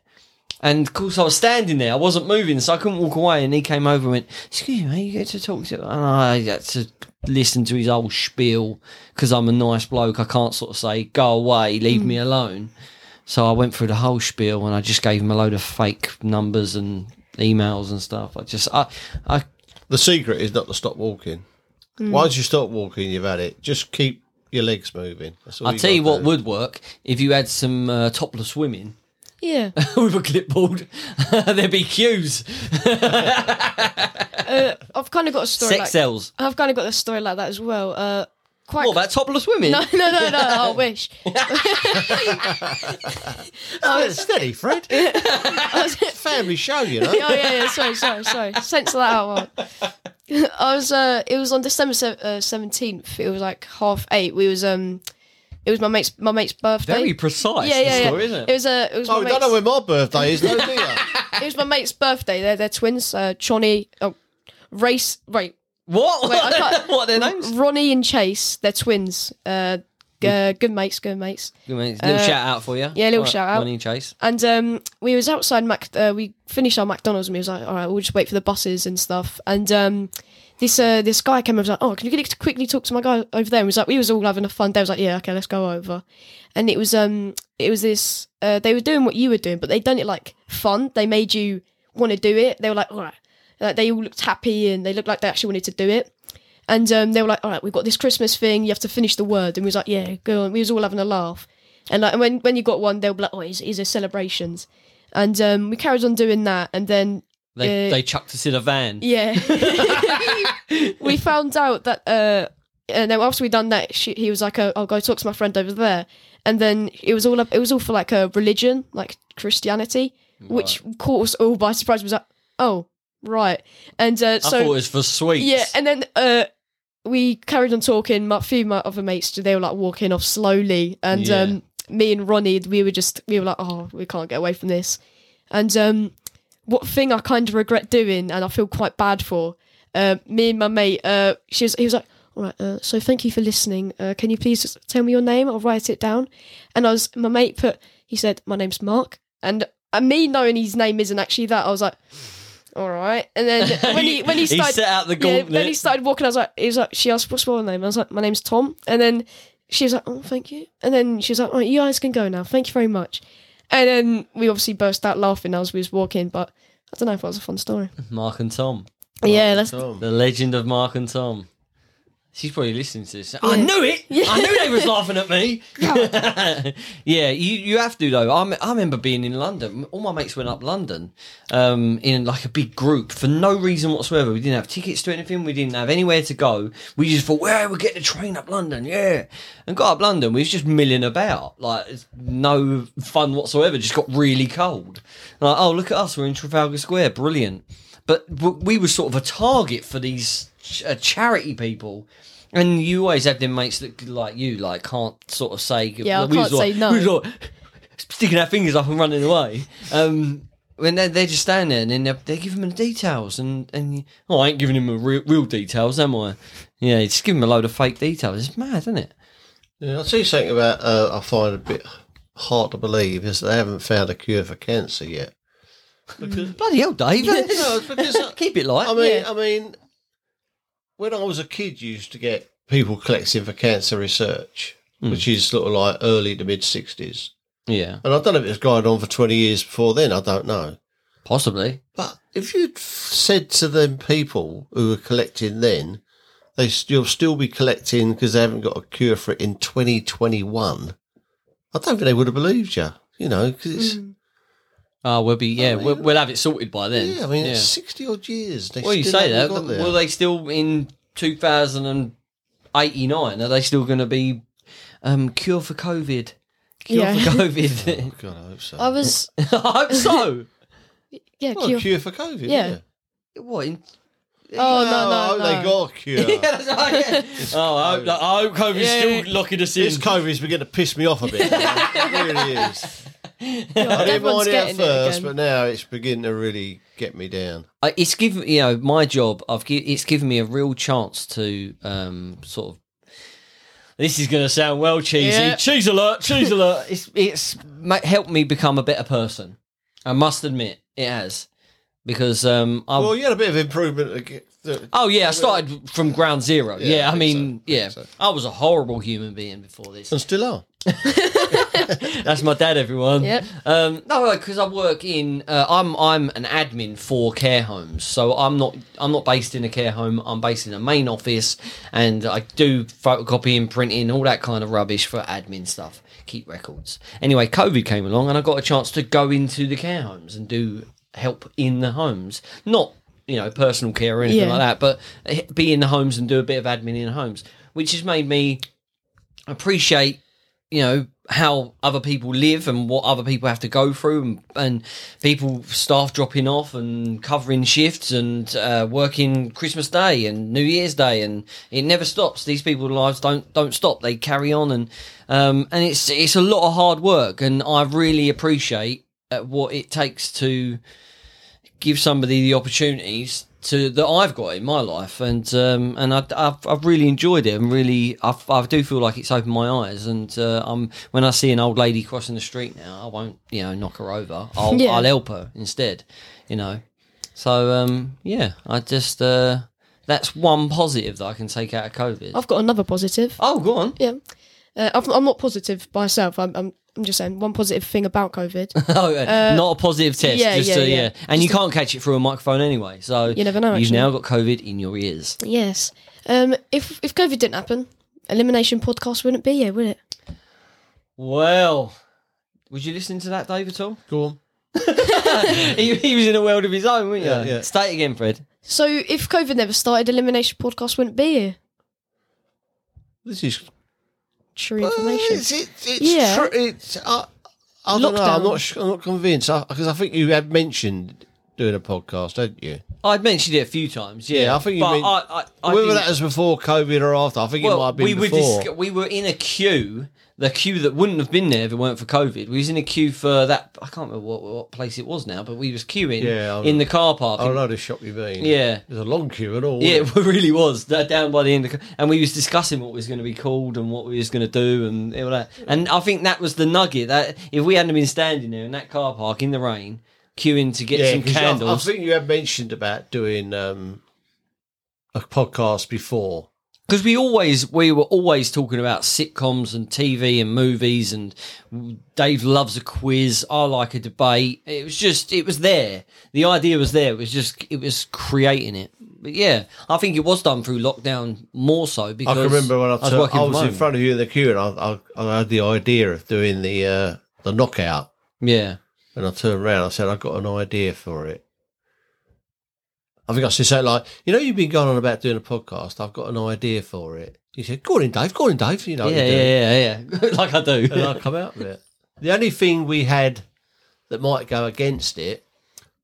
And of course, I was standing there. I wasn't moving, so I couldn't walk away. And he came over and went, "Excuse me, you get to talk to." And I had to listen to his old spiel because I'm a nice bloke. I can't sort of say, "Go away, leave
Hmm.
me alone." So I went through the whole spiel and I just gave him a load of fake numbers and emails and stuff. I just, I, I,
The secret is not to stop walking. Once you stop walking, you've had it. Just keep your legs moving. That's all
I tell you
gotta
what
do.
would work if you had some uh, topless women
Yeah.
with a clipboard. There'd be queues,
I've kind of got a story.
sex
like,
cells.
I've kind of got a story like that as well. Uh, quite.
What about topless women?
no, no, no, no. I wish.
Oh, steady, Fred. Family show, you know.
oh yeah, yeah. Sorry, sorry, sorry. Censor that out. Mark. I was. Uh, it was on December uh, seventeenth. it was like half eight. We was. Um, it was my mate's my mate's birthday.
Very precise.
yeah, yeah,
the
yeah.
story, isn't it?
was a. It was,
Oh,
my
we
mate's,
don't know when my birthday is, no, do you?
it was my mate's birthday. They're they're twins. Uh, Johnny. Oh, race. Right.
What?
Wait, I can't-
what are their names?
Ronnie and Chase. They're twins. Uh, g- uh, good mates. Good mates.
Good man, little shout out for you.
uh, yeah, little
Right,
shout out.
Ronnie and Chase.
And um, we was outside Mac. Uh, we finished our McDonald's, and we was like, "All right, we'll just wait for the buses and stuff." And um, this uh, this guy came over, was like, "Oh, can you get- quickly talk to my guy over there?" And we was like, "We was all having a fun day." I was like, "Yeah, okay, let's go over." And it was um, it was this. Uh, they were doing what you were doing, but they done it like fun. They made you want to do it. They were like, "All right," like, they all looked happy and they looked like they actually wanted to do it. And um, they were like, "All right, we've got this Christmas thing. You have to finish the word." And we was like, "Yeah, go on." We was all having a laugh. And like, and when when you got one, they'll be like, "Oh, it's, it's a celebrations." And um, we carried on doing that, and then
They
Uh,
they chucked us in a van.
yeah, we found out that. Uh, and then after we done that, she, he was like, oh, "I'll go talk to my friend over there." And then it was all up, it was all for like a religion, like Christianity, which caught us all by surprise. We was like, "Oh, right." And uh,
I
so
thought it was for sweets.
yeah, and then uh, we carried on talking. My few of my other mates, they were like walking off slowly, and
Yeah.
um, me and Ronnie, we were just we were like, oh, we can't get away from this. And um, what thing I kind of regret doing, and I feel quite bad for, uh, me and my mate, uh, she was, he was like. All right, uh, so thank you for listening. Uh, can you please just tell me your name? I'll write it down. And I was, my mate put, he said, my name's Mark. And, and me knowing his name isn't actually that, I was like, all right. And then when he, when he started,
set out the
yeah,
gauntlet.
then he started walking. I was like, he was like, she asked, what's your name? I was like, my name's Tom. And then she was like, oh, thank you. And then she was like, all right, you guys can go now. Thank you very much. And then we obviously burst out laughing as we was walking, but I don't know if that was a fun story.
Mark and Tom,
yeah, that's
Tom.
the legend of Mark and Tom. She's probably listening to this. I knew it. I knew they was laughing at me. yeah, you, you have to though. I, me- I remember being in London. All my mates went up London um, in like a big group for no reason whatsoever. We didn't have tickets to anything. We didn't have anywhere to go. We just thought, well, we'll get the train up London, yeah, and got up London. We was just milling about, like it's no fun whatsoever. Just got really cold. Like, oh look at us, we're in Trafalgar Square, brilliant. But w- we were sort of a target for these ch- uh, charity people. And you always have them mates that like you like can't sort of say
Yeah, I
we was
can't say no.
we was like, sticking our fingers up and running away. Um, when they they just stand there and then they, they give him the details and and you, oh, I ain't giving him a real, real details, am I? Yeah, just give him a load of fake details. It's mad, isn't it?
Yeah, I see something about uh, I find a bit hard to believe is they haven't found a cure for cancer yet. Because
Bloody hell, Dave!
no, it's because uh,
Keep it light.
I mean,
Mm. Yeah.
I mean, when I was a kid, you used to get people collecting for cancer research,
Mm.
which is sort of like early to mid '60s,
yeah,
and I don't know if it's going on for 20 years before then. I don't know.
possibly.
But if you'd f- said to them people who were collecting then, they s- you'll still be collecting because they haven't got a cure for it in
Mm.
Mm.
2021. I don't think they would have believed you. You know, because it's
Oh, we'll be yeah,
mean-
we'll, we'll have it sorted by then.
Yeah, I mean,
yeah.
it's 60 odd years. They
well, you
still
say that.
haven't
But
got there.
were they still in 2089? Are they still going to be um, cure for COVID? Cure
Yeah.
for COVID.
Oh, God, I hope so.
I was
I hope so.
yeah.
well,
cure-
a cure for COVID.
Yeah.
Yeah.
what? In-
Oh no
I
no
hope
no!
They got a cure.
yeah, that's right, yeah. Oh, I hope, I hope COVID's
Yeah.
still locking us in.
This COVID's beginning to piss me off a bit. it really is. I didn't
Everyone's
mind it at
getting
first,
it
but
again.
now it's beginning to really get me down.
I- Uh, it's given you know my job i've gi- it's given me a real chance to um sort of this is going to sound well cheesy
Yeah.
cheese alert cheese alert it's it's ma- helped me become a better person i must admit it has because um i
Well, you had a bit of improvement. uh, to get- to-
oh yeah i started from ground zero yeah,
Yeah, I
i
think
mean
so. I think
yeah
so.
i was a horrible human being before this
And still are.
That's my dad, everyone.
Yep.
Um, no, because I work in. Uh, I'm I'm an admin for care homes, so I'm not I'm not based in a care home. I'm based in a main office, and I do photocopying, printing, all that kind of rubbish for admin stuff. Keep records. Anyway, COVID came along, and I got a chance to go into the care homes and do help in the homes, not you know personal care or anything
Yeah.
like that, but eh, be in the homes and do a bit of admin in the homes, which has made me appreciate you know how other people live and what other people have to go through and, and people staff dropping off and covering shifts and uh, working christmas day and new year's day and it never stops these people's lives don't don't stop they carry on and um, and it's it's a lot of hard work and i really appreciate uh, what it takes to give somebody the opportunities to that I've got in my life, and um, and I, I've, I've really enjoyed it, and really I, I do feel like it's opened my eyes. And uh, I'm when I see an old lady crossing the street now, I won't you know knock her over. I'll,
Yeah.
I'll help her instead, you know. So um, yeah, I just uh, that's one positive that I can take out of COVID.
I've got another positive.
oh, go on.
Yeah, uh, I've, I'm not positive myself. I'm, I'm I'm just saying one positive thing about COVID.
Oh, yeah. not a positive test.
Uh, yeah,
just
yeah,
uh,
yeah.
yeah. And you can't catch it through a microphone anyway. So
You never know,
You've
actually.
now got COVID in your ears.
yes. Um, if if COVID didn't happen, elimination podcast wouldn't be here, would it?
Well, would you listen to that, Dave, at all?
Go on.
he, he was in a world of his own, weren't you?
Yeah, yeah.
State again, Fred.
So if COVID never started, elimination podcast wouldn't be here.
This is
True
Well,
information.
It's, it, it's
Yeah.
true. It's, I, I don't know. I'm
Lockdown.
not, su- I'm not convinced. Because I, think you had mentioned doing a podcast, hadn't you?
I'd mentioned it a few times. Yeah,
Yeah, I think you
but
mean-
I, I, I
Whether
think-
that was before COVID or after, I think it might
well,
have been
we were
before.
dis- we were in a queue, the queue that wouldn't have been there if it weren't for COVID. We was in a queue for that. I can't remember what, what place it was now, but we was queuing
Yeah, I-
in the car park.
I
in-
know the shop you mean.
Yeah.
There's a long queue and all.
Yeah, it
wasn't
really was. That down by the end, of, the- and we was discussing what was going to be called and what we was going to do and all that. And I think that was the nugget that if we hadn't been standing there in that car park in the rain, queuing to get
it?
some
'cause I- I,
candles,
think you had mentioned about doing um, a podcast before.
because we always we were always talking about sitcoms and TV and movies and Dave loves a quiz. I like a debate. It was just it was there. The idea was there. It was just it was creating it. But yeah, I think it was done through lockdown more so
I
because
can remember when I,
was
turned-
working
I
from
was in
home.
front of you in the queue and I, I, I had the idea of doing the uh, the knockout.
Yeah.
And I turned around, I said, I've got an idea for it. I think I said something like, you know, you've been going on about doing a podcast. I've got an idea for it. He said, go on in, Dave. Go on in, Dave. You know,
yeah,
you do.
yeah, yeah, yeah. like I do.
And I come out with it. The only thing we had that might go against it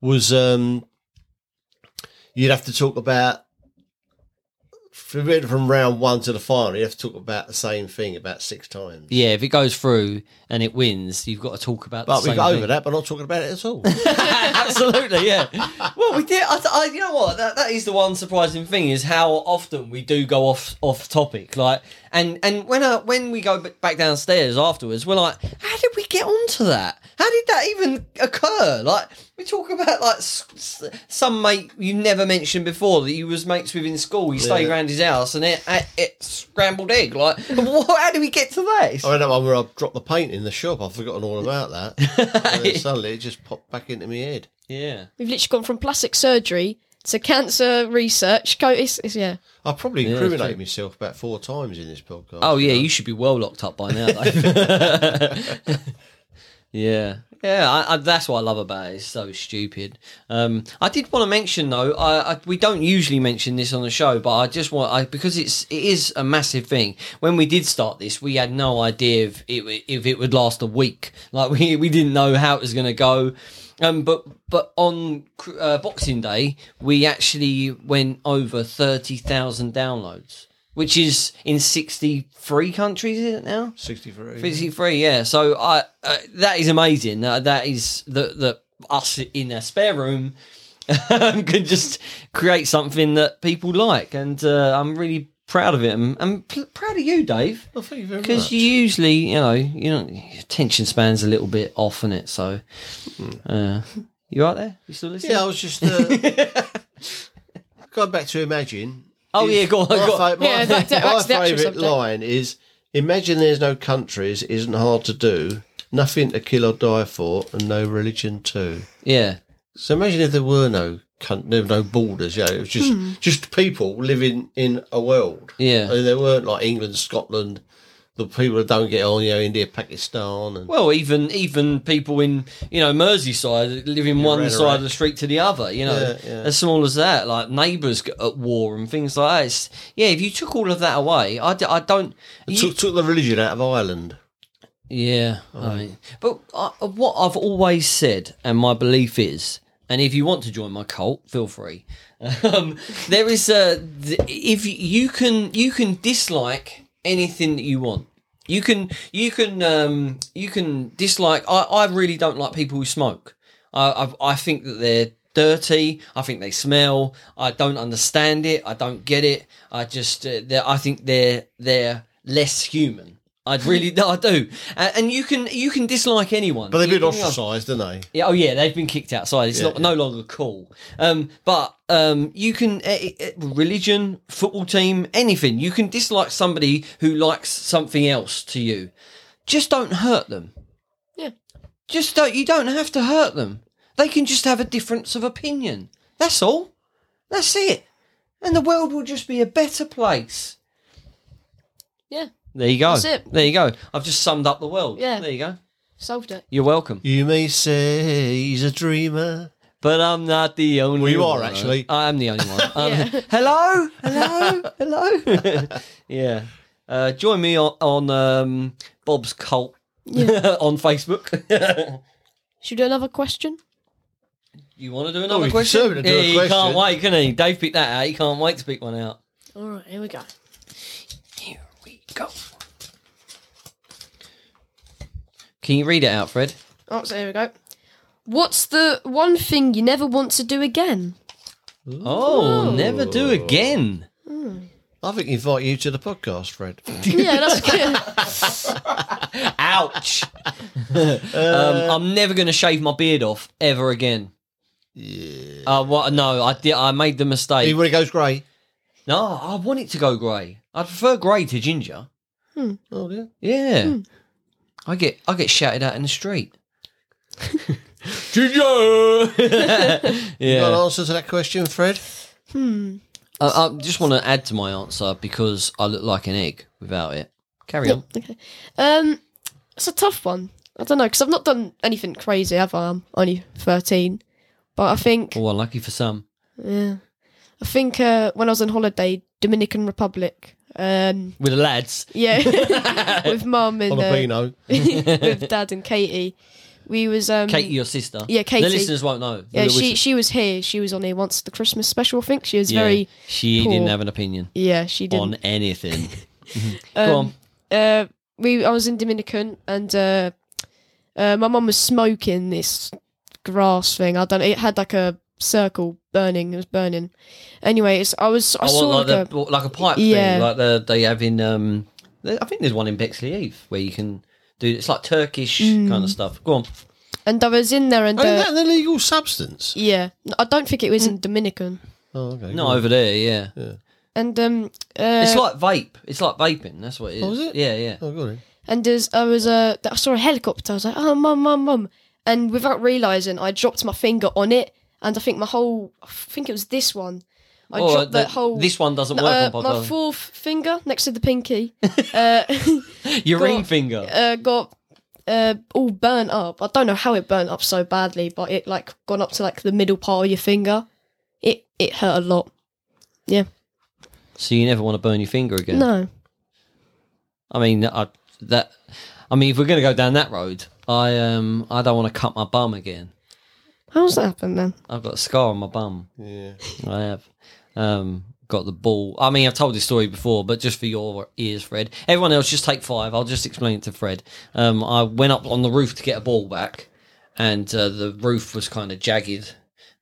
was um, you'd have to talk about from from round one to the final. You have to talk about the same thing about six times.
yeah, if it goes through and it wins, you've got to talk about.
But
the
we
same
got over
thing.
that, but not talking about it at all.
Absolutely, yeah. Well, we did. I, I, you know what? That, that is the one surprising thing is how often we do go off off topic. Like, and and when I, when we go b- back downstairs afterwards, we're like, how did we get onto that? How did that even occur? Like, we talk about like s- s- some mate you never mentioned before that you was mates with in school. You stayed
Yeah.
around his house, and it, it, it scrambled egg. Like, what, how did we get to that? It's
I had that one where I dropped the paint in the shop. I've forgotten all about that. and then suddenly it just popped back into my head.
Yeah.
We've literally gone from plastic surgery to cancer research. Co- it's, it's, yeah.
I probably
it's
incriminated myself about four times in this podcast.
Oh yeah, you should be well locked up by now. Though. yeah, Yeah, I, I, that's what I love about it. It's so stupid. Um, I did want to mention though, I, I, we don't usually mention this on the show, but I just want I, because it's it is a massive thing. When we did start this, we had no idea if it w- if it would last a week. Like we we didn't know how it was going to go. Um, but but on cr- uh, Boxing Day, we actually went over thirty thousand downloads, which is in sixty three countries, is it now?
63.
Fizzy free, yeah. So I uh, that is amazing. Uh, that is that that us in a spare room can just create something that people like, and uh, I'm really proud of it. I'm, I'm pl- proud of you, Dave,
Well, thank you very
because
much.
you usually, you know, you know, your attention span's a little bit off on it. So, uh, you right there? You still listening?
Hmm. Yeah, I was just uh, going back to imagine.
Oh,
is-
yeah, go on,
My,
go on.
fa- my,
Yeah, that- that-
my
that's the actual
favourite
subject.
line is: Imagine there's no countries, isn't hard to do, nothing to kill or die for, and no religion too.
yeah.
So imagine if there were no coun- there were no borders. Yeah, it was just
Hmm.
just people living in a world.
Yeah.
I mean, there weren't like England, Scotland, the people that don't get on. You know, India, Pakistan, and
Well, even even people in you know Merseyside live in one
Rhetoric.
side of the street to the other. You know,
Yeah, yeah.
as small as that, like neighbours g- at war and things like that. It's, yeah, if you took all of that away, I, d- I don't. you-
took took the religion out of Ireland.
yeah, I mean, but I, what I've always said, and my belief is, and if you want to join my cult, feel free. Um, there is a th- if you can you can dislike anything that you want. You can you can um, you can dislike. I, I really don't like people who smoke. I, I I think that they're dirty. I think they smell. I don't understand it. I don't get it. I just uh, they're- I think they're they're less human. I'd really no, I do. And, and you can you can dislike anyone.
But they've been
You can-
ostracised, didn't they?
yeah, oh yeah, they've been kicked outside. It's not no longer cool. Um, but um, you can uh, uh, religion, football team, anything. You can dislike somebody who likes something else to you. Just don't hurt them.
Yeah.
Just don't. You don't have to hurt them. They can just have a difference of opinion. That's all. That's it. And the world will just be a better place.
Yeah,
There you go.
That's it.
There you go. I've just summed up the world.
Yeah.
There you go.
solved it.
You're welcome.
You may say he's a dreamer.
But I'm not the only one.
Well, you are, actually.
I am the only one. Um,
Yeah.
Hello? Hello? Hello? yeah. Uh, join me on, on um, Bob's Cult
Yeah.
on Facebook.
Should we do another question?
you want to do another
we can
question?
certainly do
yeah,
a
he can't
question.
wait, can he? Dave picked that out. He can't wait to pick one out.
All right, here we go.
Here we go. Can you read it out, Fred?
Oh, so here we go. What's the one thing you never want to do again?
Oh, never do again.
I think invite you to the podcast, Fred.
yeah, that's good.
Ouch. um, I'm never going to shave my beard off ever again.
yeah.
Uh, what? No, I did. I made the mistake.
Even when it goes grey.
No, I want it to go grey. I prefer grey to ginger.
Oh yeah.
Yeah,
Hmm.
I get I get shouted at in the street. ginger.
Got an
yeah,
answer to that question, Fred?
Hmm,
I, I just want to add to my answer because I look like an egg without it. Carry on.
Um, it's a tough one. I don't know because I've not done anything crazy. Have I? I'm only thirteen, but I think
Oh, unlucky for some.
yeah, I think uh, when I was on holiday, Dominican Republic. Um,
With the lads.
yeah, with mum and uh,
Jalapeno.
with dad and Katie, we was um,
Katie, your sister.
Yeah, Katie.
The listeners won't know.
Yeah,
The
she
wis-
she was here. She was on here once the Christmas special. I think she was
yeah,
very
She
poor.
didn't have an opinion
yeah. She did
on anything. Go on.
uh, we I was in Dominican and uh, uh, my mum was smoking this grass thing. I don't. It had like a circle burning. It was burning. Anyway, it's, I was. I,
I
saw
want
like,
Oh, like,
a.
the, like a pipe
Yeah.
thing, like the, they have in. Um, there- I think there's one in Bexley Eve where you can do. It's like Turkish
Mm.
kind of stuff. Go on.
and I was in there and.
Oh,
Ain't
Uh,
that an illegal substance?
yeah, No, I don't think it
Mm.
was in Dominican.
Oh, okay.
No, over there, yeah.
And um,
It's
uh,
like vape. It's like vaping. That's what it is.
Oh, is it?
Yeah, yeah.
Oh, got it.
and there's I was uh, I saw a helicopter. I was like, oh mum, mum, mum, and without realizing, I dropped my finger on it, and I think my whole, I think it was this one. I
Oh,
dropped
the-
that whole.
This one doesn't work
uh,
on
my
podcast.
fourth finger next to the pinky uh,
Your
got-
ring finger.
uh, got uh, all burnt up. I don't know how it burnt up so badly, but it like gone up to like the middle part of your finger. It it hurt a lot.
So you never want to burn your finger again.
No,
I mean, I, that. I mean, if we're going to go down that road, I um, I don't want to cut my bum again.
how's that happen then?
I've got a scar on my bum.
Yeah.
I have um, got the ball. I mean, I've told this story before, but just for your ears, Fred. Everyone else, just take five. I'll just explain it to Fred. Um, I went up on the roof to get a ball back, and uh, the roof was kind of jagged.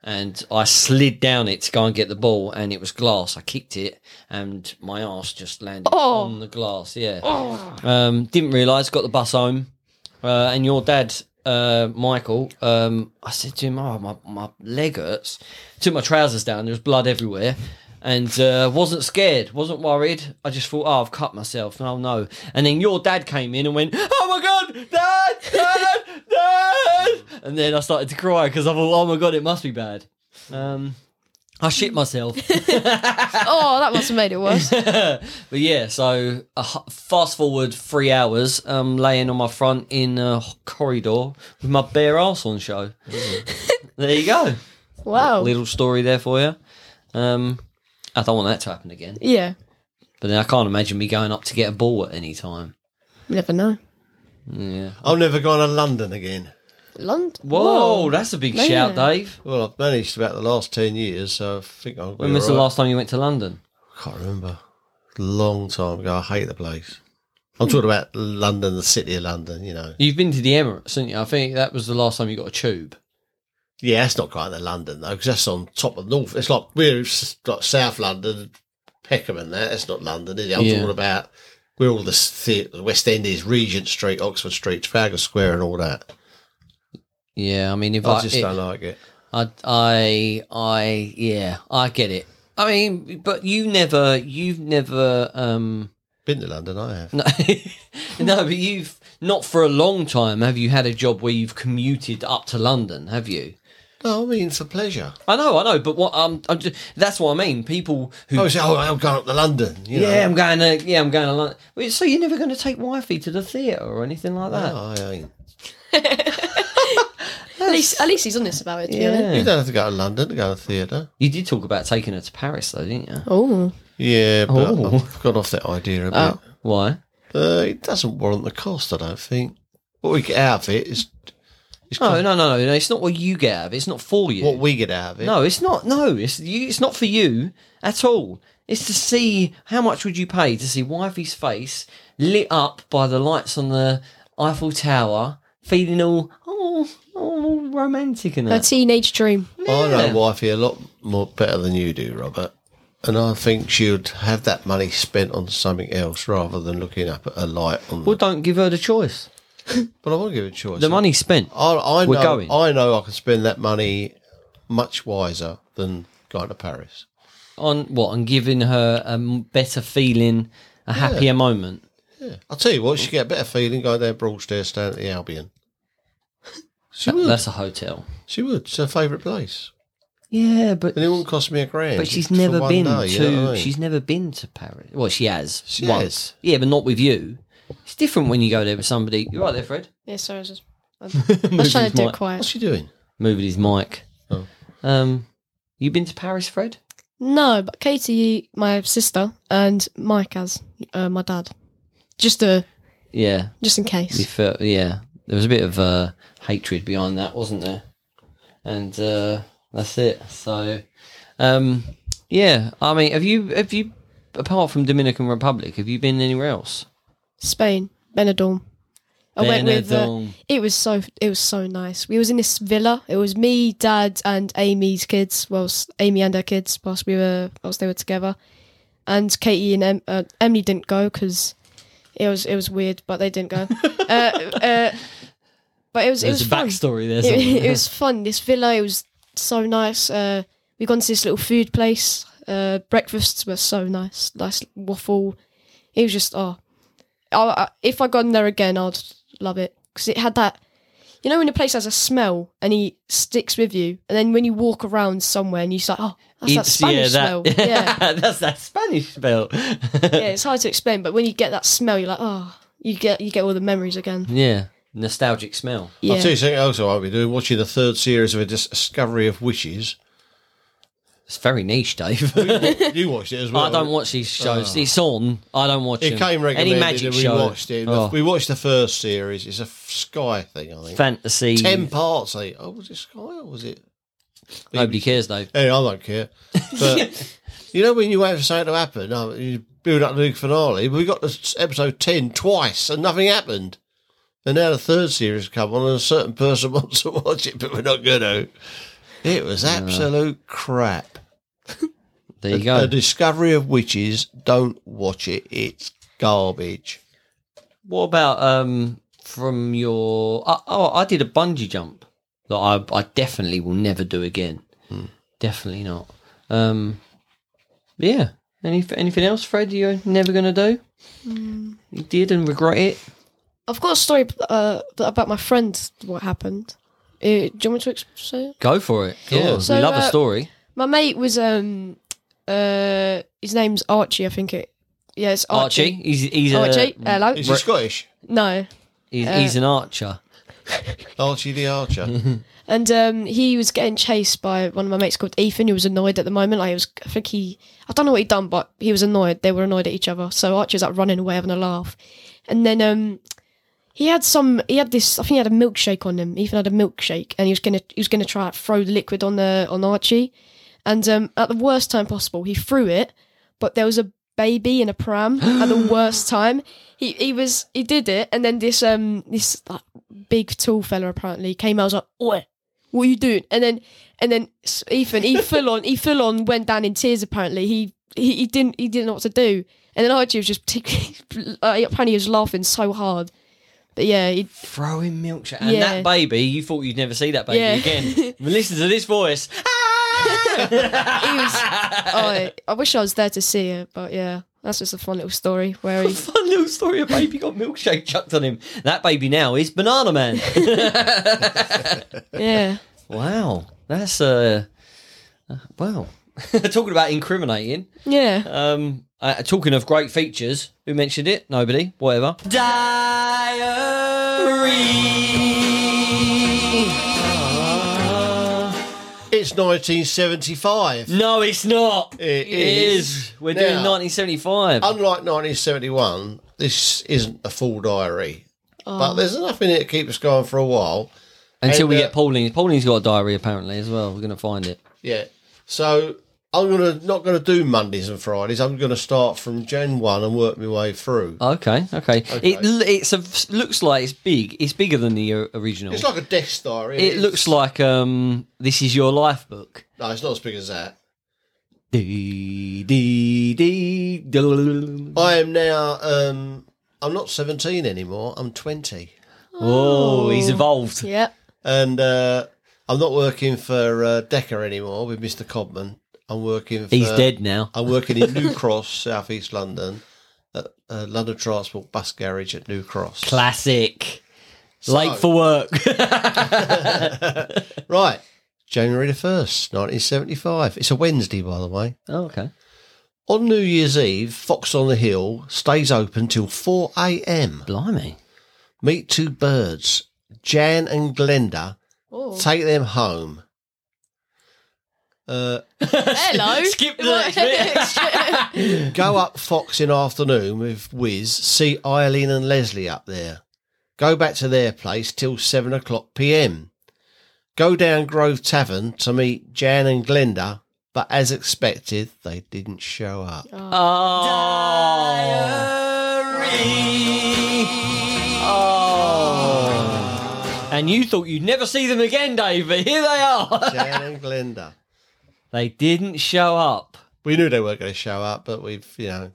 And I slid down it to go and get the ball, and it was glass. I kicked it, and my ass just landed
Oh.
on the glass. Yeah. Um, didn't realise. Got the bus home, uh, and your dad, uh, Michael, um, I said to him, "Oh, my my leg hurts." Took my trousers down. There was blood everywhere, and uh, wasn't scared, wasn't worried. I just thought, "Oh, I've cut myself." Oh no! And then your dad came in and went, "Oh my god, dad, dad, dad!" And then I started to cry because I thought, "Oh my god, it must be bad." Um, I shit myself.
Oh, that must have made it worse.
but yeah, so uh, h- fast forward three hours, um, laying on my front in a corridor with my bare ass on show. there you go.
Wow.
Little story there for you. Um, I don't want that to happen again.
Yeah,
But then I can't imagine me going up to get a ball at any time.
you never know.
Yeah.
I've never gone to London again.
London.
Whoa, that's a big
Man.
shout, Dave.
Well, I've managed about the last 10 years, so I think I'll be
When was
all
the
right.
last time you went to London?
can't remember. Long time ago. I hate the place. I'm talking about London, the city of London, you know.
You've been to the Emirates, haven't you? I think that was the last time you got a tube.
Yeah, it's not quite the London, though, because that's on top of North. It's like we're s- like South London, Peckham and that. It's not London, is it? I'm
Yeah.
talking about where all the, th- the West End is, Regent Street, Oxford Street, Trafalgar Square, and all that.
Yeah, I mean, if
I
I,
just
it-
don't like it.
I, I, I, yeah, I get it. I mean, but you never, you've never, um,
Been to London, I have.
no, no, but you've not for a long time have you had a job where you've commuted up to London, have you?
No, I mean for pleasure.
I know, I know, but what um, I'm just, that's what I mean. People who,
Oh, so, oh, I'm going up to London. You
yeah,
know.
I'm going to, yeah, I'm going to London. Wait, So you're never going to take wifey to the theatre or anything like that?
No, I ain't.
At least, at least he's honest about it. To be honest.
You don't have to go to London to go to theatre.
You did talk about taking her to Paris, though, didn't you?
Oh,
Yeah, but
Oh.
I've got off that idea a bit.
Oh.
Why?
Uh, it doesn't warrant the cost, I don't think. What we get out of it is, is
No, no, no, no. It's not what you get out of it. It's not for you.
what we get out of it.
No, it's not. No, it's you, it's not for you at all. It's to see how much would you pay to see wifey's face lit up by the lights on the Eiffel Tower, feeling all oh, oh all romantic and
a
that.
teenage dream.
I
Yeah.
know wifey a lot more better than you do, Robert. And I think she'd have that money spent on something else rather than looking up at a light on.
Well,
the,
don't give her the choice.
but I won't give it a choice.
The money's spent.
I, I know.
We're going.
I know. I can spend that money much wiser than going to Paris.
on what? On giving her a m- better feeling, a happier moment.
I'll tell you what, she'd get a better feeling going there, Broadstairs, down at the Albion. She would.
That's a hotel.
She would. It's her favourite place.
Yeah, but
And it wouldn't cost me a grand.
But she's
for
never
one
been
day, you
to.
know what I mean?
She's never been to Paris. Well, she has.
She
once.
has.
Yeah, but not with you. It's different when you go there with somebody. You're right there, Fred.
Yeah, sorry, I was just. I was trying to do it
mic.
quiet.
What's she doing?
Moving his mic.
Oh.
Um, you been to Paris, Fred?
No, but Katie, my sister, and Mike as uh, my dad. Just uh,
Yeah.
just in
We
case.
fe- yeah. There was a bit of uh, hatred behind that, wasn't there? And uh, that's it. So, um, yeah. I mean, have you have you apart from Dominican Republic, have you been anywhere else?
Spain, Benidorm. I went with. Uh,
Benidorm.
it was so it was so nice. We was in this villa. It was me, dad, and Amy's kids. Well, s- Amy and her kids. Whilst we were whilst they were together, and Katie and em, uh, Emily didn't go because it was it was weird, but they didn't go. uh, uh, but it was it
There's
was
a
fun.
backstory there.
it,
somewhere.
it was fun. This villa, it was so nice. Uh, we gone to this little food place. Uh, breakfasts were so nice. Nice waffle. It was just oh, I, I, if I gone there again, I'd love it because it had that. You know when a place has a smell and it sticks with you, and then when you walk around somewhere and you say, "Oh, that's that
It's-
Spanish smell."
that-
yeah,
that's that Spanish smell.
yeah. It's hard to explain, but when you get that smell, you're like, "Oh, you get you get all the memories again."
yeah. nostalgic smell.
Yeah.
I'll tell you something else I might be doing. Watching the third series of A Dis- Discovery of Wishes.
It's very niche, Dave.
you watched it as well.
I don't watch these shows. It's on. I don't watch
Oh. It
them.
came recommended.
Any magic
and we
show.
watched it.
Oh,
We watched the first series. It's a Sky thing, I think.
fantasy.
Ten parts. eh? Oh, was it Sky or was it?
Nobody cares, Dave.
Anyway, I don't care. But you know when you wait for something to happen, oh, you build up the big finale. We got to episode ten twice and nothing happened. And now the third series come on, and a certain person wants to watch it, but we're not going to. It was absolute crap.
There you
A
go.
discovery of witches. Don't watch it. It's garbage.
What about um from your? Uh, oh, I did a bungee jump that I I definitely will never do again. Definitely not. Um, yeah. Any anything else, Fred? You're never gonna do.
Hmm.
You did and regret it.
I've got a story uh, about my friend. What happened? Uh, do you want me to ex- say it?
Go for it.
Go
Yeah,
on.
we
So,
love a
uh,
story.
My mate was um uh his name's Archie, I think it. Yeah, it's Archie.
Archie, he's he's a,
Archie, Uh, hello.
Is it Scottish?
no,
he's, he's an archer.
Archie the Archer.
Mm-hmm.
and um he was getting chased by one of my mates called Ethan, who was annoyed at the moment. Like, he was, I think he, I don't know what he'd done, but he was annoyed. They were annoyed at each other. So Archie was like running away, having a laugh, and then um. He had some. He had this. I think he had a milkshake on him. Ethan had a milkshake, and he was gonna. He was gonna try to throw the liquid on the on Archie, and um, at the worst time possible, he threw it. But there was a baby in a pram at the worst time. He he was he did it, and then this um this like, big tall fella apparently came out. I was like, "Oi, what are you doing?" And then and then s- Ethan he full on he full on went down in tears. Apparently he he, he didn't he didn't know what to do. And then Archie was just particularly like, apparently he was laughing so hard. But yeah, he,
Throwing milkshake. And
Yeah.
that baby, you thought you'd never see that baby
Yeah.
again. Listen to this voice.
he was. I, I wish I was there to see it, but yeah, that's just a fun little story where he
Fun little story. A baby got milkshake chucked on him. That baby now is Banana Man.
yeah.
wow. That's uh, uh, wow. talking about incriminating.
Yeah.
Um, uh, talking of great features, who mentioned it? Nobody. Whatever. Diary.
it's 1975.
No, it's not.
It is.
We're
Now-
doing 1975.
Unlike 1971, this isn't a full diary.
Oh.
But there's enough in it to keep us going for a while.
Until we
And, uh,
get Pauline. Pauline's got a diary apparently as well. We're going to find it.
Yeah. So I'm gonna not gonna do Mondays and Fridays. I'm gonna start from Gen One and work my way through.
Okay, okay. It l- it's a, looks like it's big. It's bigger than the o- original.
It's like a desk diary.
it looks like um, this is your life book.
no, it's not as big as that.
Dee, dee, dee, doo.
I am now. um I'm not 17 anymore. I'm 20,
Oh, he's evolved.
Yep.
and uh I'm not working for uh, Decker anymore with Mr. Cobman. I'm working. For,
He's dead now.
I'm working in New Cross, South East London, at uh, London Transport Bus Garage at New Cross.
Classic. Late for work.
Right, January the 1st, 1975. It's a Wednesday, by the way.
oh, okay.
On New Year's Eve, Fox on the Hill stays open till 4 a.m.
Blimey.
Meet two birds, Jan and Glenda.
Oh.
Take them home. Uh,
Hello.
Skip the next bit.
Go up Fox in afternoon with Wiz. See Eileen and Leslie up there. Go back to their place till seven o'clock p.m. Go down Grove Tavern to meet Jan and Glenda, but as expected, they didn't show up.
Oh. Oh. And you thought you'd never see them again, Dave, but here they are.
Jan and Glenda.
they didn't show up.
We knew they weren't going to show up, but we've you know.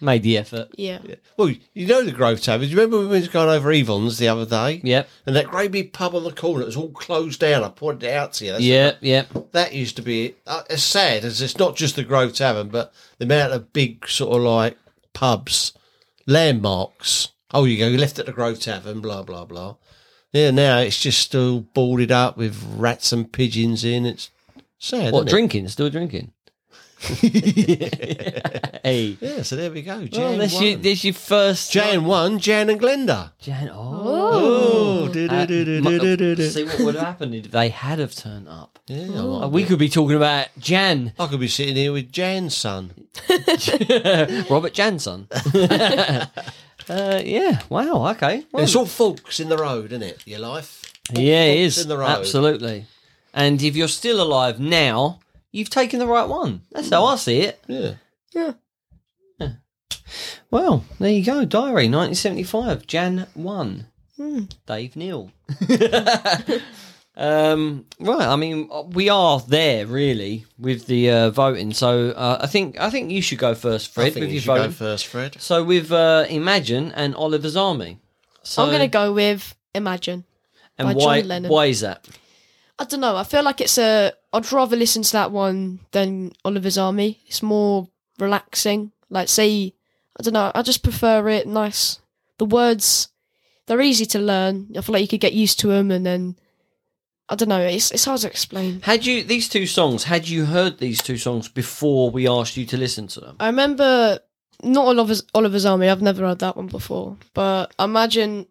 Made the effort.
yeah.
Well, you know the Grove Tavern. Do you remember when we was going over Evon's the other day?
Yep.
And that great big pub on the corner it was all closed down. I pointed it out to you. That's
Yep, yep.
that used to be uh, as sad as it's not just the Grove Tavern, but the amount of big sort of like pubs, landmarks. Oh, you go, you left at the Grove Tavern, blah blah blah. Yeah, now it's just still boarded up with rats and pigeons in. It's sad.
What,
isn't it?
drinking? Still drinking? hey.
Yeah, so there we go.
Well,
Jan
this,
one.
you, this your first.
Jan one, Jan and Glenda.
Jan. Oh. Uh, mu- see what would have happened if they had have turned up.
Yeah, I like
Uh, we could be talking about Jan,
that. I could be sitting here with Jan's son.
Robert Janson. uh, yeah. Wow. Okay. Well,
It's all forks in the road, isn't it? Your life.
yeah, it is
in the road.
absolutely. And if you're still alive now, you've taken the right one. That's how I see it.
Yeah.
Well, there you go. Diary, 1975, Jan 1. Dave Neal. um, right, I mean, we are there really with the uh, voting. So uh, I think I think you should go first,
I
Fred,
think
with
you
your
should go
voting.
first, Fred.
So with uh, Imagine and Oliver's Army. So
I'm going to go with Imagine.
and
by
why
John Lennon.
why is that?
I don't know. I feel like it's a. I'd rather listen to that one than Oliver's Army. It's more relaxing. Like, say, I don't know. I just prefer it. Nice. The words, they're easy to learn. I feel like you could get used to them, and then I don't know. It's it's hard to explain.
Had you these two songs? Had you heard these two songs before we asked you to listen to them?
I remember not Oliver's Oliver's Army. I've never heard that one before, but I imagine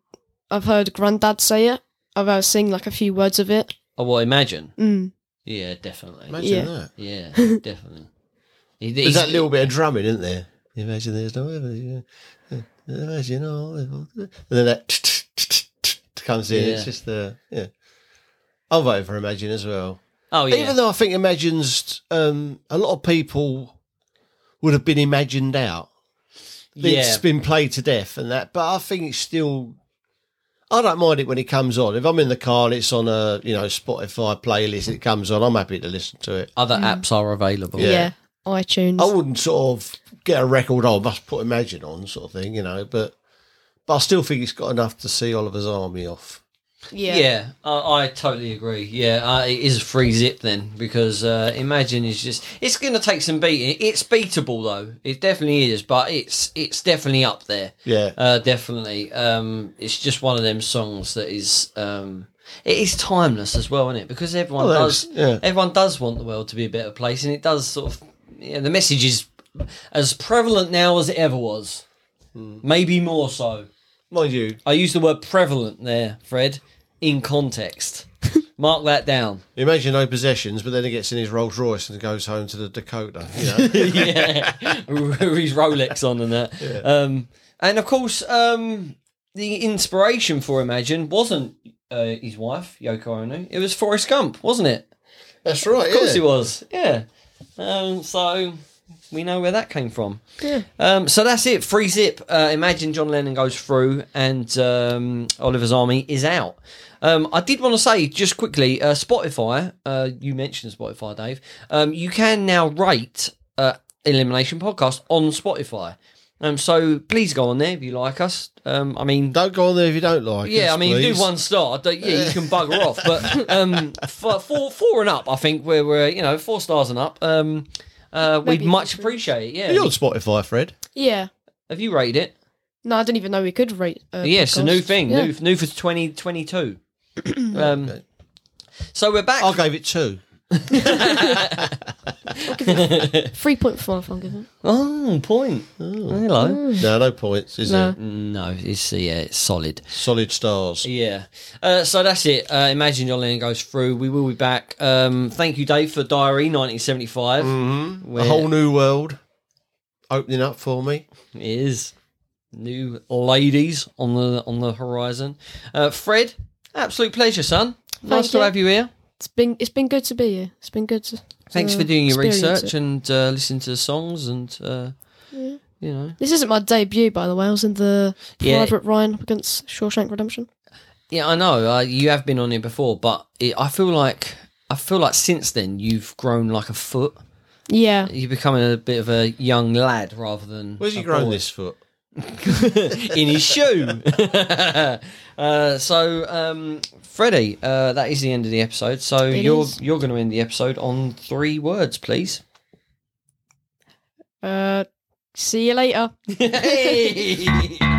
I've heard Grandad say it. I've heard sing like a few words of it.
Oh well, Imagine.
Mm.
Yeah, definitely.
Imagine
Yeah.
that.
Yeah, definitely. He-
There's
he's-
that little bit of drumming, isn't there? Imagine there's no evidence. yeah. Imagine all. And then that comes in. It's
Yeah.
just the. Yeah. I'll vote for Imagine as well.
Oh yeah.
Even though I think Imagine's. Um, a lot of people would have been imagined out.
yeah.
It's been played to death and that, but I think it's still. I don't mind it when it comes on. If I'm in the car and it's on a you know Spotify playlist, it comes on. I'm happy to listen to it.
Other
Mm.
apps are available.
Yeah. Oh,
Yeah, iTunes.
I wouldn't sort of get a record. Oh, must put Imagine on, sort of thing, you know. But but I still think it's got enough to see Oliver's Army off.
Yeah, I, I totally agree. Yeah, uh, it is a free zip then because uh, imagine is just it's going to take some beating. It's beatable though. It definitely is, but it's it's definitely up there.
Yeah.
Uh, definitely. Um, it's just one of them songs that is um, it is timeless as well, isn't it? Because everyone
Well,
does
that's- yeah.
everyone does want the world to be a better place, and it does sort of. Yeah, the message is as prevalent now as it ever was,
Hmm.
maybe more so.
Mind you,
I use the word prevalent there, Fred, in context. Mark that down.
imagine no possessions, but then he gets in his Rolls Royce and goes home to the Dakota. You know?
yeah, with his Rolex on and that. Um, and of course, um, the inspiration for Imagine wasn't uh, his wife Yoko Ono. It was Forrest Gump, wasn't it?
That's right.
Of course, it was. Yeah. Um, so we know where that came from.
Yeah.
Um, so that's it. Free zip. Uh, imagine John Lennon goes through and um, Oliver's Army is out. Um, I did want to say just quickly uh, Spotify, uh, you mentioned Spotify, Dave. Um, you can now rate uh, Elimination Podcast on Spotify. Um, so please go on there if you like us. Um, I mean,
Don't go on there if you don't like.
yeah,
us,
I mean, you
please.
do one star. don't- Yeah, you can bugger off. But um, for, four, four and up, I think we're, we're you know four stars and up. Um, uh, we'd
Maybe
much
three.
appreciate it. Yeah,
You're on Spotify, Fred.
Yeah.
have you rated it?
No, I didn't even know we could rate. Uh,
yeah, it's a new
podcasts.
thing.
Yeah.
New, new for twenty twenty two. um, So we're back.
I gave it two.
Three point five. I'm giving.
Oh, point. Hello.
Oh.
No, no points, is
No.
it?
No, it's yeah, it's solid.
Solid stars.
Yeah. Uh, so that's it. Uh, Imagine John Lennon goes through. We will be back. Um, thank you, Dave, for Diary 1975. Mm-hmm.
A whole new world opening up for me.
It is new ladies on the on the horizon. Uh, Fred, absolute pleasure, son. nice to
you.
have you here.
It's been it's been good to be here. It's been good. To,
Thanks
to
for doing your
Mm, experience
research
it.
and uh, listening to the songs and uh, you know.
This isn't my debut, by the way. I was in the
Yeah.
Private Ryan up against Shawshank Redemption.
Yeah, I know. Uh, you have been on here before, but it, I feel like I feel like since then you've grown like a foot.
Yeah,
You're becoming a bit of a young lad rather than
Where's he
a
grown
boy.
this foot?
in his shoe. uh, so, um, Freddie, uh, that is the end of the episode. So you're
is.
you're going to end the episode on three words, please.
Uh, see you later.
Hey!